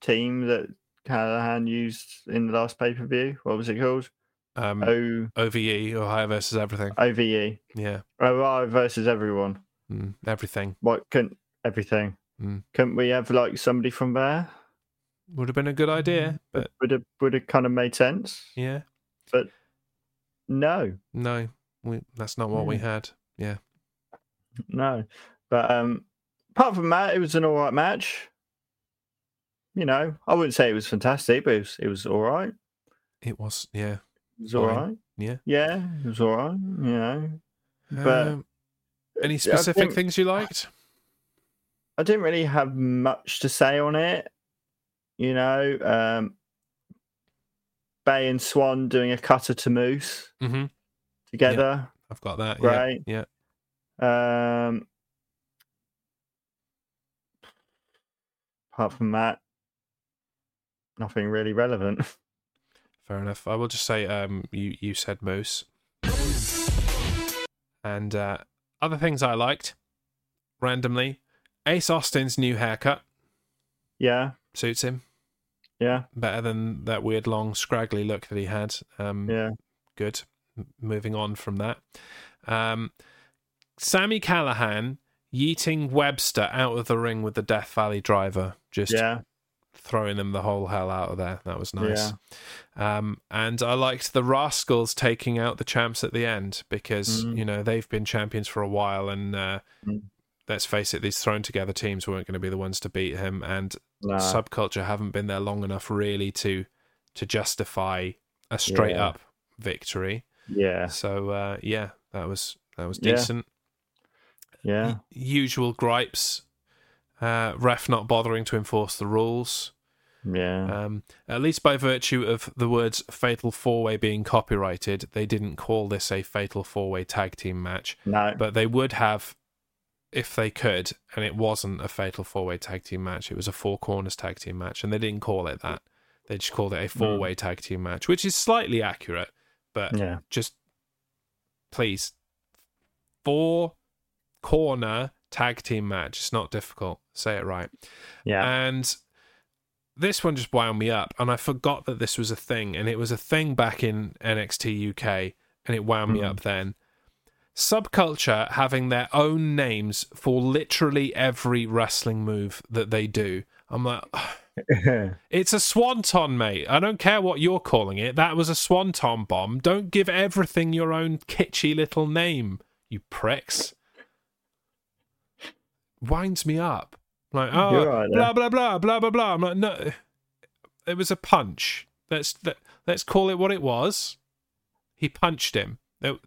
team that Callahan used in the last pay per view? What was it called? Um, O E. OVE E, Ohio versus everything. OVE. Yeah, OI E versus everyone. mm, everything What couldn't everything? Mm. Couldn't we have like somebody from there? would have been a good idea, but Would have would have kind of made sense? yeah, No, no, we, that's not what we had. Yeah, no. But um, apart from that, it was an all right match. You know, I wouldn't say it was fantastic, but it was, it was all right. It it was. Yeah, was all Fine. right. Yeah. Yeah, it was all right. You know, But- Um, any I specific think- things you liked? I didn't really have much to say on it. You know, um, Bay and Swan doing a cutter to Moose hmm together. I've got that. Right. Yeah. yeah. Um, apart from that, nothing really relevant. Fair enough. I will just say, um, you you said moose. And uh, other things I liked randomly Ace Austin's new haircut Yeah, suits him yeah, better than that weird long scraggly look that he had. Um, yeah. good. M- Moving on from that. Um, Sammy Callahan yeeting Webster out of the ring with the Death Valley driver, just Yeah, throwing them the whole hell out of there. That was nice. Um, and I liked the Rascals taking out the champs at the end because, Mhm. you know, they've been champions for a while. And uh, Mm. let's face it, these thrown together teams weren't going to be the ones to beat him. And nah, subculture haven't been there long enough really to to justify a straight Yeah. up victory. yeah, So uh, yeah, that was that was Yeah. decent. yeah, U- usual gripes. Uh, ref not bothering to enforce the rules, yeah, um, at least by virtue of the words "fatal four way" being copyrighted, they didn't call this a fatal four way tag team match, no, but they would have if they could. And it wasn't a fatal four way tag team match, it was a four corners tag team match. And they didn't call it that, they just called it a Mm. four way tag team match, which is slightly accurate, but yeah, just please, four corner tag team match. It's not difficult. Say it right. yeah, And this one just wound me up, and I forgot that this was a thing, and it was a thing back in NXT UK, and it wound me Mhm. up then. Subculture having their own names for literally every wrestling move that they do. I'm like, uh, it's a swanton, mate. I don't care what you're calling it. That was a swanton bomb. Don't give everything your own kitschy little name, you pricks. Winds me up. Like, oh, You're all right there. blah blah blah blah blah blah. I'm like, no, it was a punch. Let's let, let's call it what it was. He punched him. It-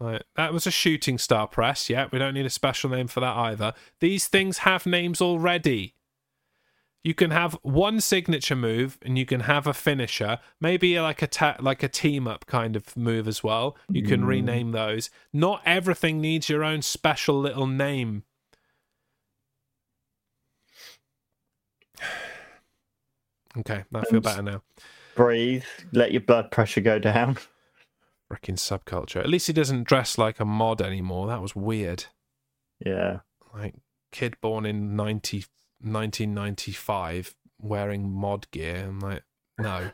like, that was a shooting star press. Yeah, we don't need a special name for that either. These things have names already. You can have one signature move, and you can have a finisher, maybe like a ta- like a team up kind of move as well. You can Mm. rename those. Not everything needs your own special little name. Okay, I feel Oops. better now. breathe, let your blood pressure go down. Freaking subculture. At least he doesn't dress like a mod anymore. That was weird. Yeah, like kid born in 90, 1995 wearing mod gear. I'm like, no,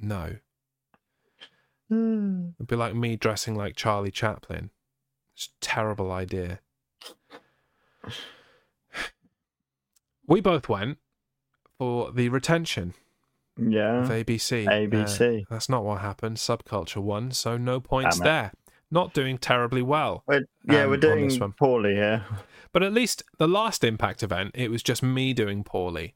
no. Mm. It'd be like me dressing like Charlie Chaplin. It's a terrible idea. We both went for the retention of yeah, ABC. Uh, ABC. that's not what happened. Subculture won, so no points Damn it. there. Not doing terribly well. We're- yeah, um, we're on this one. doing poorly here. But at least the last Impact event, it was just me doing poorly.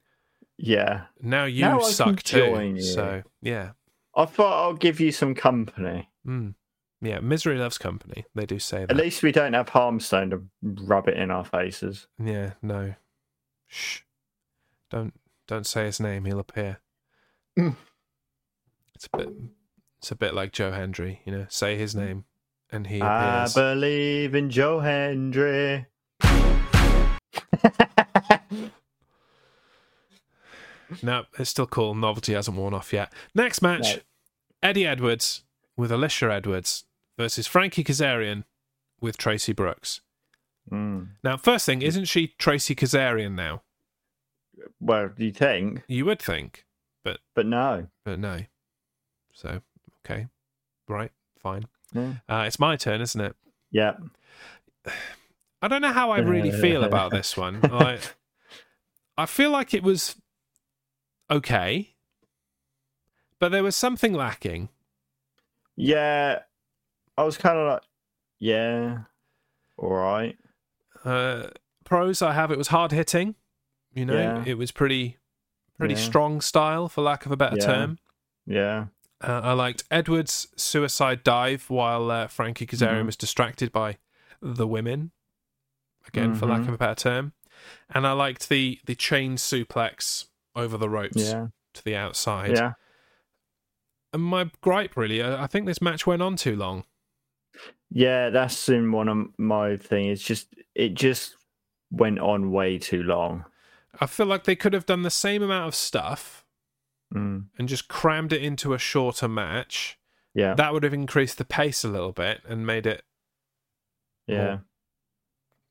Yeah, Now you Now I can suck too. join you. So yeah, I thought I'll give you some company. mm. yeah. Misery loves company. They do say that. At least we don't have Harmstone to rub it in our faces. yeah. No. Shh. Don't don't say his name. He'll appear. Mm. It's a bit. It's a bit like Joe Hendry. You know, say his name, and he I appears. believe in Joe Hendry. No, it's still cool. Novelty hasn't worn off yet. Next match: No. Eddie Edwards with Alicia Edwards versus Frankie Kazarian with Tracy Brooks. Mm. Now, first thing, isn't she Tracy Kazarian now? Well, you think, You would think. but no. but no. So okay, right, fine. Yeah. Uh, it's my turn, isn't it? Yeah. I don't know how I really feel about this one. Like, I feel like it was okay, but there was something lacking. Yeah. I was kind of like, yeah. All right. Uh, pros I have: it was hard hitting. You know, Yeah. it was pretty, pretty Yeah. strong style, for lack of a better Yeah. term. Yeah. Uh, I liked Edward's suicide dive while uh, Frankie Kazarian Mhm. was distracted by the women, again for lack Mhm. of a better term, and I liked the the chain suplex over the ropes Yeah. to the outside. Yeah. And my gripe really, I, I think this match went on too long. Yeah. That's in one of my thing. It's just, it just went on way too long. I feel like they could have done the same amount of stuff Mm. and just crammed it into a shorter match Yeah. That would have increased the pace a little bit and made it, yeah.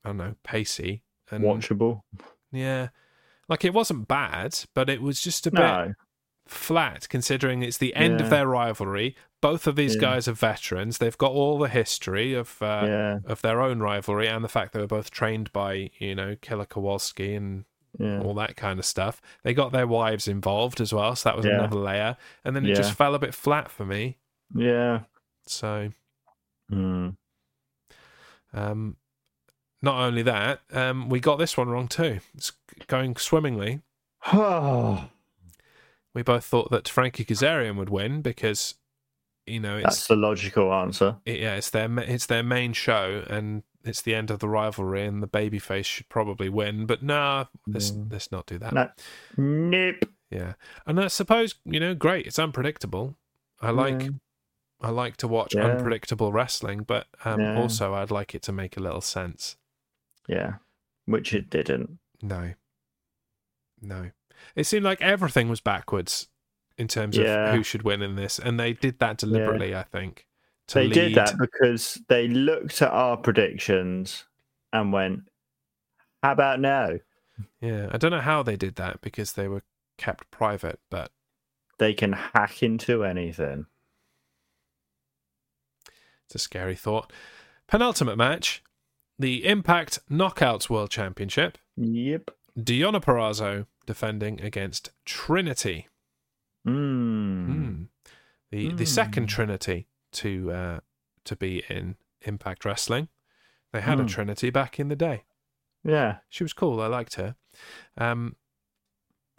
I don't know, pacey. And Watchable. Yeah. Like it wasn't bad, but it was just a bit No. flat considering it's the end Yeah. of their rivalry. Both of these Yeah. guys are veterans. They've got all the history of uh, yeah. of their own rivalry and the fact they were both trained by, you know, Killer Kowalski and Yeah. all that kind of stuff. They got their wives involved as well, so that was Yeah. another layer. And then it Yeah. just fell a bit flat for me. Yeah. So, Mm. um, not only that, um, we got this one wrong too. It's going swimmingly. We both thought that Frankie Kazarian would win because, you know, it's That's the logical answer. it, yeah, it's their ma- it's their main show and it's the end of the rivalry and the babyface should probably win. But nah, let's Yeah. let's not do that. No. Nope. Yeah, and I suppose you know, great. It's unpredictable. I like Yeah. I like to watch Yeah. unpredictable wrestling, but um, Yeah. also I'd like it to make a little sense. Yeah. Which it didn't. No, no. It seemed like everything was backwards in terms Yeah. of who should win in this, and they did that deliberately. I think to they lead- did that because they looked at our predictions and went, "How about now?" Yeah, I don't know how they did that because they were kept private, but They can hack into anything. it's a scary thought. Penultimate match: the Impact Knockouts World Championship. Yep. Diona Perrazzo defending against Trinity. Mm. Hmm. The the Hmm. second Trinity to uh, to be in Impact Wrestling. They had a Hmm. Trinity back in the day. Yeah. She was cool. I liked her. Um,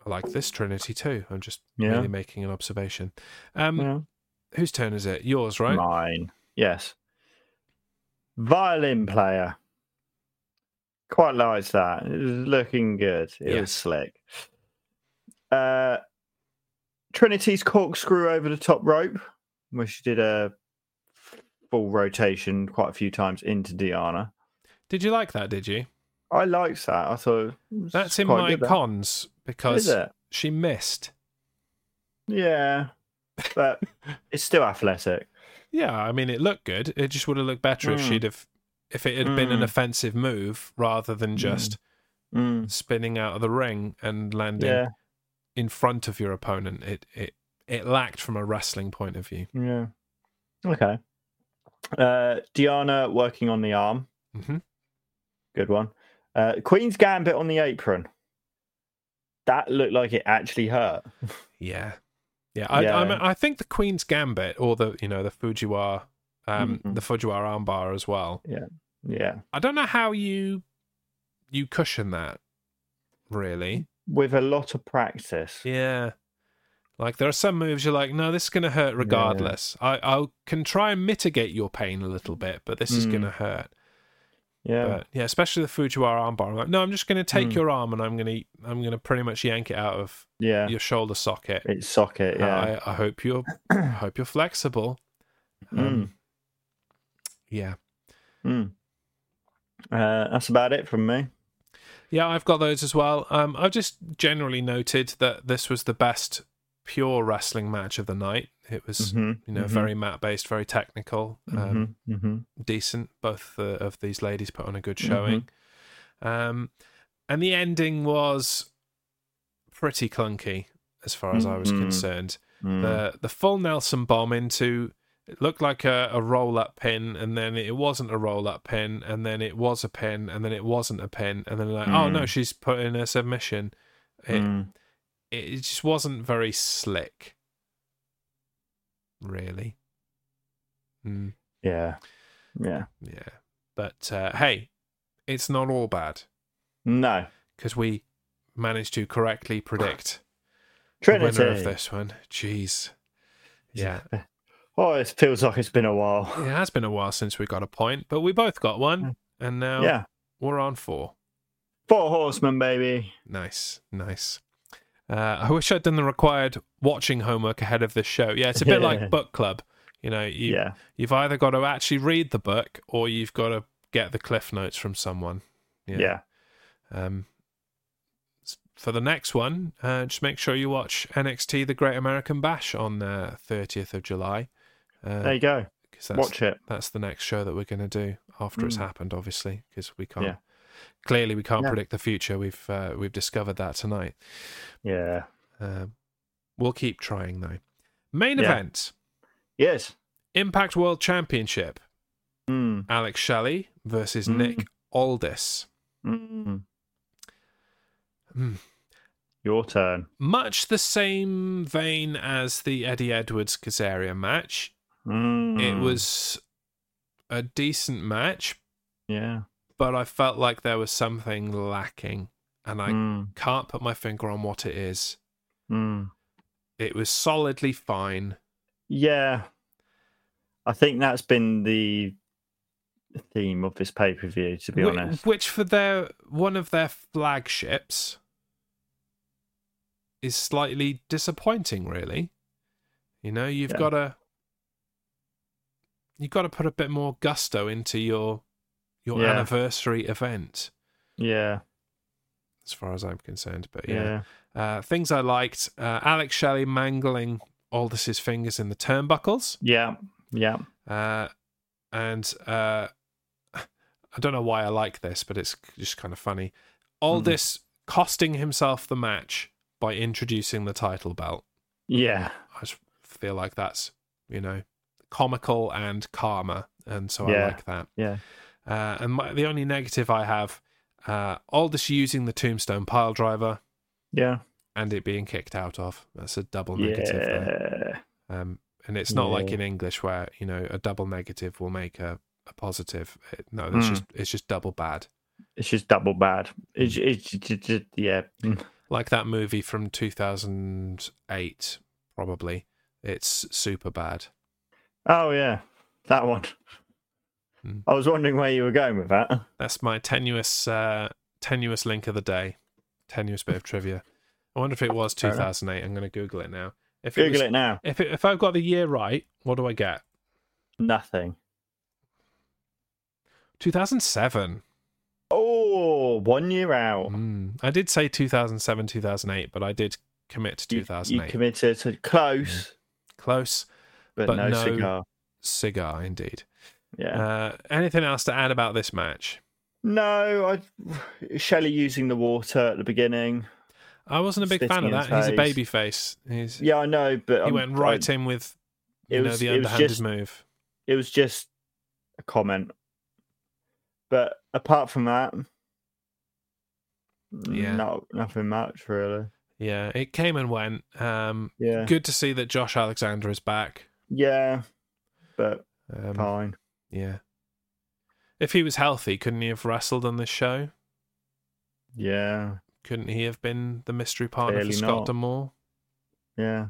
I like this Trinity too. I'm just Yeah. merely making an observation. Um, yeah. Whose turn is it? Yours, right? Mine. Yes. Violin player. Quite liked that. It was looking good. It Yeah. was slick. Uh, Trinity's corkscrew over the top rope, where she did a full rotation quite a few times into Diana. Did you like that? Did you? I liked that. I thought it was That's in quite my good, that. cons Is because it? she missed. Yeah, but it's still athletic. Yeah, I mean, it looked good. It just would have looked better if Mm. she'd have, if it had been an Mm. offensive move rather Hmm. than just Mm. spinning out of the ring and landing Yeah, in front of your opponent. It it it lacked from a wrestling point of view. yeah. Okay. Uh, Diana working on the arm. hmm Good one. Uh, Queen's Gambit on the apron. That looked like it actually hurt. Yeah, yeah. I, Yeah. I mean, I think the Queen's Gambit or the you know the Fujiwara, um, Mhm. the Fujiwara armbar as well. Yeah. I don't know how you you cushion that really. With a lot of practice. Yeah. Like there are some moves you're like, no, this is gonna hurt regardless. I I can try and mitigate your pain a little bit, but this is Mm. gonna hurt. Yeah. But yeah, especially the Fujiwara armbar. I'm like, no, I'm just gonna take Mm. your arm and I'm gonna I'm gonna pretty much yank it out of yeah. your shoulder socket. It's socket. And Yeah. I, I hope you're I hope you're flexible. Um, Yeah. Mm, mm. Uh, that's about it from me. Yeah, I've got those as well. Um, I've just generally noted that this was the best pure wrestling match of the night. It was, Mhm, you know, mhm, very mat based, very technical. Um, mhm, mhm. decent. Both uh, of these ladies put on a good showing. Um, and the ending was pretty clunky, as far as I was Mhm. concerned. Mm. The the full Nelson bomb into it looked like a, a roll up pin, and then it wasn't a roll up pin, and then it was a pin, and then it wasn't a pin, and then like, oh no, Mm. she's put in a submission. It Mm. it just wasn't very slick, really. Mm. Yeah. Yeah. Yeah. But uh, hey, it's not all bad No. because we managed to correctly predict Trinity. the winner of this one. Jeez. Yeah. Oh, it feels like it's been a while. It has been a while since we got a point, but we both got one. And now Mm. yeah. we're on four. Four horsemen, baby. Nice. Nice. Uh, I wish I'd done the required watching homework ahead of this show. Yeah, it's a bit like book club. You know, you, yeah. you've either got to actually read the book or you've got to get the cliff notes from someone. Yeah. Um, s- for the next one, uh, just make sure you watch NXT The Great American Bash on the 30th of July. There Uh, you go. 'cause that's, Watch it. that's the next show that we're going to do after it's Mm. happened, obviously, because we can't. Yeah. Clearly, we can't Yeah. predict the future. We've uh, we've discovered that tonight. Yeah. Um, we'll keep trying though. Main Yeah. event: Yes. Impact World Championship. Mm. Alex Shelley versus Mm. Nick Aldis. Mm. Mm. Your turn. Much the same vein as the Eddie Edwards Kazaria match. Mm. It was a decent match, Yeah. but I felt like there was something lacking, and I Mm. can't put my finger on what it is. Mm. It was solidly fine. Yeah. I think that's been the theme of this pay per view, to be Whi- honest. Which for their one of their flagships is slightly disappointing, really. You know, you've Yeah. got to you've got to put a bit more gusto into your your Yeah. anniversary event, Yeah. as far as I'm concerned. But Yeah. yeah, Uh, things I liked: uh, Alex Shelley mangling Aldis's fingers in the turnbuckles. Yeah. Yeah. Uh, and uh, I don't know why I like this, but it's just kind of funny. All Mhm. this costing himself the match by introducing the title belt. Yeah. I just feel like that's, you know, comical and karma. And so I Yeah. like that. Yeah. Uh, and my, the only negative I have, uh, Aldous using the tombstone pile driver Yeah. and it being kicked out of. That's a double negative there. Yeah. Um, and it's not like Yeah. in English where you know a double negative will make a, a positive. It, no, it's Mm. just it's just double bad. It's just double bad. It's, Hmm. it's, it's, it's, it's yeah. Mm. Like that movie from two thousand eight, probably. It's super bad. Oh yeah, that one. Mm. I was wondering where you were going with that. That's my tenuous uh, tenuous link of the day. Tenuous bit of trivia. I wonder if it was two Fair enough. thousand eight. I'm going to Google it now. If it Google was- it now. If it, if I've got the year right, what do I get? Nothing. Two thousand seven. Oh, one year out. Mm. I did say two thousand seven, two thousand eight, but I did commit to You- two thousand You eight. committed to close, Close but, But no, no- cigar. cigar, indeed. Yeah. Uh, anything else to add about this match? no, I. Shelley using the water at the beginning. I wasn't a big fan of Spitting in that. He's his a face. baby face. He's, Yeah, I know, but he I'm- went I- right in with it you know was- the it was underhanded just- move. it was just a comment. But apart from that, Yeah. no, nothing much really. Yeah, it came and went. Um, Yeah, Good to see that Josh Alexander is back. yeah, but Um, fine. yeah. If he was healthy, couldn't he have wrestled on this show? Yeah, Couldn't he have been the mystery partner for Clearly Scott not. Damore? yeah,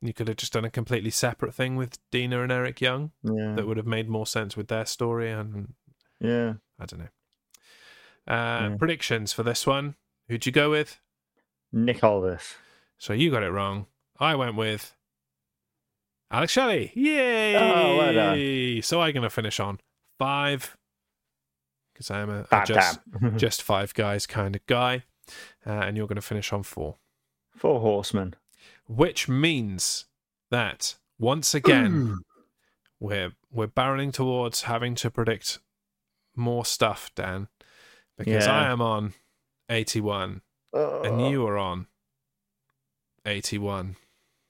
And you could have just done a completely separate thing with Dina and Eric Young yeah, that would have made more sense with their story and yeah. I don't know. Uh, Yeah. Predictions for this one. Who'd you go with? Nick Aldis. So you got it wrong. I went with Alex Shelley. Yay! Oh, well So I'm going to finish on five because I'm a, a Bam, just, bam. just five guys kind of guy. Uh, and you're going to finish on four, Four horsemen. which means that once again, we're we're barreling towards having to predict more stuff, Dan, because Yeah. I am on 81 Uh-huh. and you are on 81.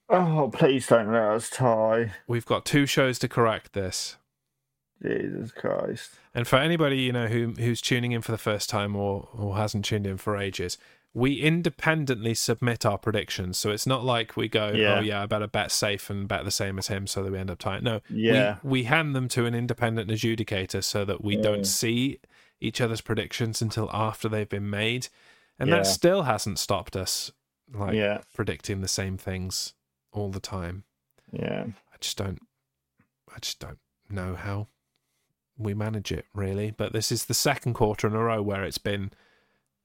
Oh, please don't let us tie. We've got two shows to correct this. Jesus Christ. And for anybody you know who who's tuning in for the first time or or hasn't tuned in for ages, we independently submit our predictions. So it's not like we go, Yeah. oh yeah, I better bet safe and bet the same as him so that we end up tied. No, Yeah, we, we hand them to an independent adjudicator so that we Yeah. don't see each other's predictions until after they've been made. And Yeah. that still hasn't stopped us like yeah, predicting the same things all the time. yeah. I just don't I just don't know how we manage it really, but this is the second quarter in a row where it's been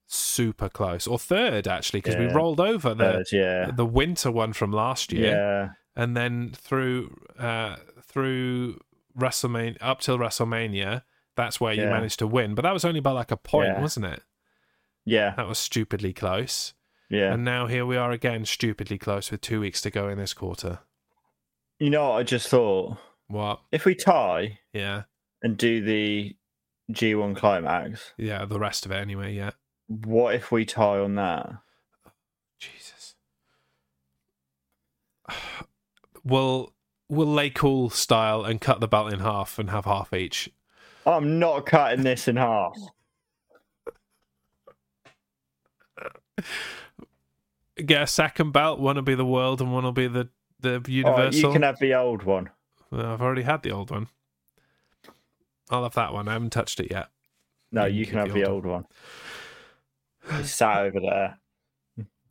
super close or third actually because we Yeah. rolled over the Third, yeah, the winter one from last year yeah, and then through uh, through WrestleMania up till WrestleMania, that's where you Yeah. managed to win. But that was only by like a point, Yeah. wasn't it? yeah, That was stupidly close. yeah, And now here we are again, stupidly close with two weeks to go in this quarter. You know what I just thought? What? If we tie Yeah. and do the G1 climax, Yeah, the rest of it anyway, yeah. what if we tie on that? Jesus. We'll we'll lay cool style and cut the belt in half and have half each. I'm not cutting this in half. Get a second belt, one will be the world and one will be the, the All right, universal. Oh, you can have the old one. Well, I've already had the old one. I'll have that one. I haven't touched it yet. No, You you can can keep have the the old one. It's sat over there.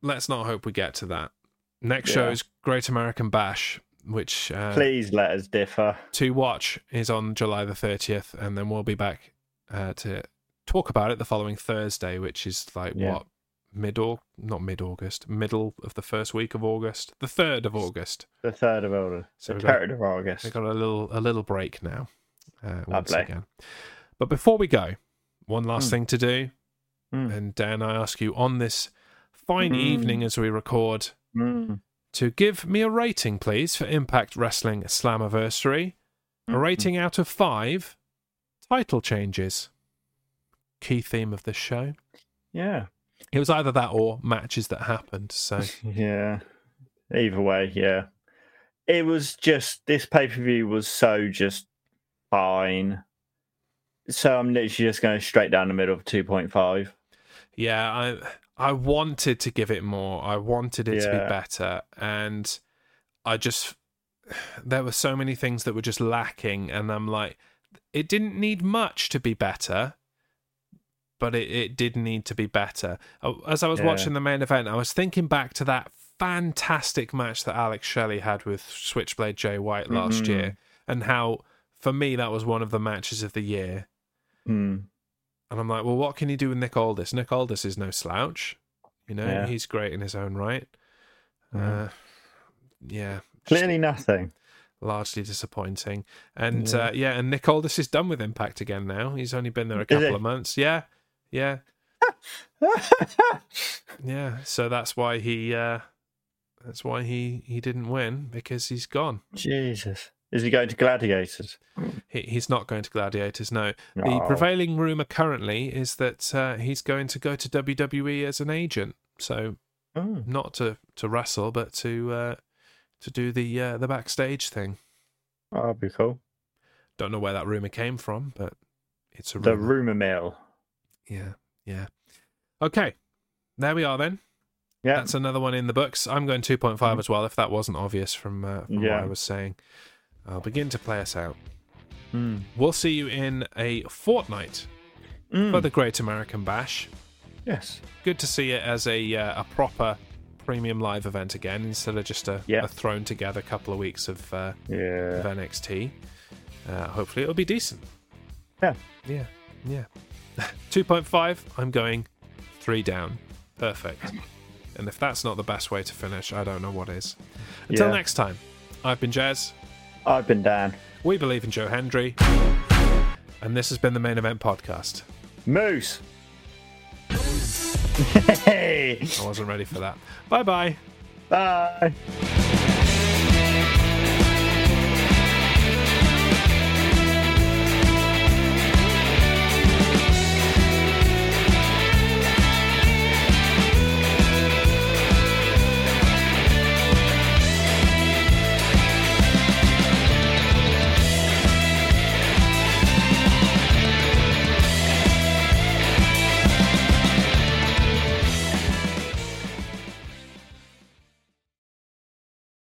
Let's not hope we get to that. Next Yeah. show is Great American Bash, which uh, Please let us differ. to watch is on July the 30th, and then we'll be back uh, to talk about it the following Thursday, which is like Yeah. what mid or not mid August, middle of the first week of August, the third of August. The third of August. So So we've the got- third of August. We've got a little a little break now. Uh, once Lovely. again. But before we go, one last Mm. thing to do, Mm. and Dan, I ask you on this fine Mm. evening as we record Mm. to give me a rating, please, for Impact Wrestling Slammiversary. A Mhm. rating out of five. Title changes. Key theme of this show. Yeah. It was either that or matches that happened. So Yeah. Either way, yeah. It was just this pay per view was so just fine. So I'm literally just going straight down the middle of 2.5. yeah, I I wanted to give it more. I wanted it to be Yeah. better, and I just there were so many things that were just lacking, and I'm like, it didn't need much to be better, but it, it did need to be better. Oh, As I was Yeah. watching the main event, I was thinking back to that fantastic match that Alex Shelley had with Switchblade Jay White last Mhm. year, and how for me that was one of the matches of the year. Hmm. And I'm like, well, what can you do with Nick Aldis? Nick Aldis is no slouch. You know, Yeah. Mm. he's great in his own right. Yeah. Uh, yeah. Clearly nothing. Largely disappointing. And Yeah. Uh, yeah, and Nick Aldis is done with Impact again now. He's only been there a he? couple of months. Yeah. Yeah. Yeah. So that's why he uh that's why he he didn't win because he's gone. Jesus. Is he going to gladiators? He, he's not going to Gladiators, no. The Oh. prevailing rumor currently is that uh, he's going to go to WWE as an agent. So Hmm. not to to wrestle, but to uh, to do the uh, the backstage thing. Oh, that'd be cool. Don't know where that rumor came from, but it's a The rumor. rumor mill. yeah, yeah. Okay, there we are then. Yeah. Mm-hmm. That's another one in the books. I'm going 2.5 as well. If that wasn't obvious from, uh, from what Yeah. I was saying, I'll begin to play us out. Hmm. We'll see you in a fortnight Hmm. for the Great American Bash. Yes. Good to see it as a uh, a proper premium live event again instead of just a, Yeah. a thrown together couple of weeks of. Uh, Yeah. of NXT. Uh, hopefully, it'll be decent. Yeah. Yeah, yeah. 2.5, I'm going three down. Perfect. And if that's not the best way to finish, I don't know what is. Until Yeah. next time, I've been Jazz. I've been Dan. We believe in Joe Hendry. And this has been the Main Event Podcast. Moose. Hey. I wasn't ready for that. Bye bye. Bye.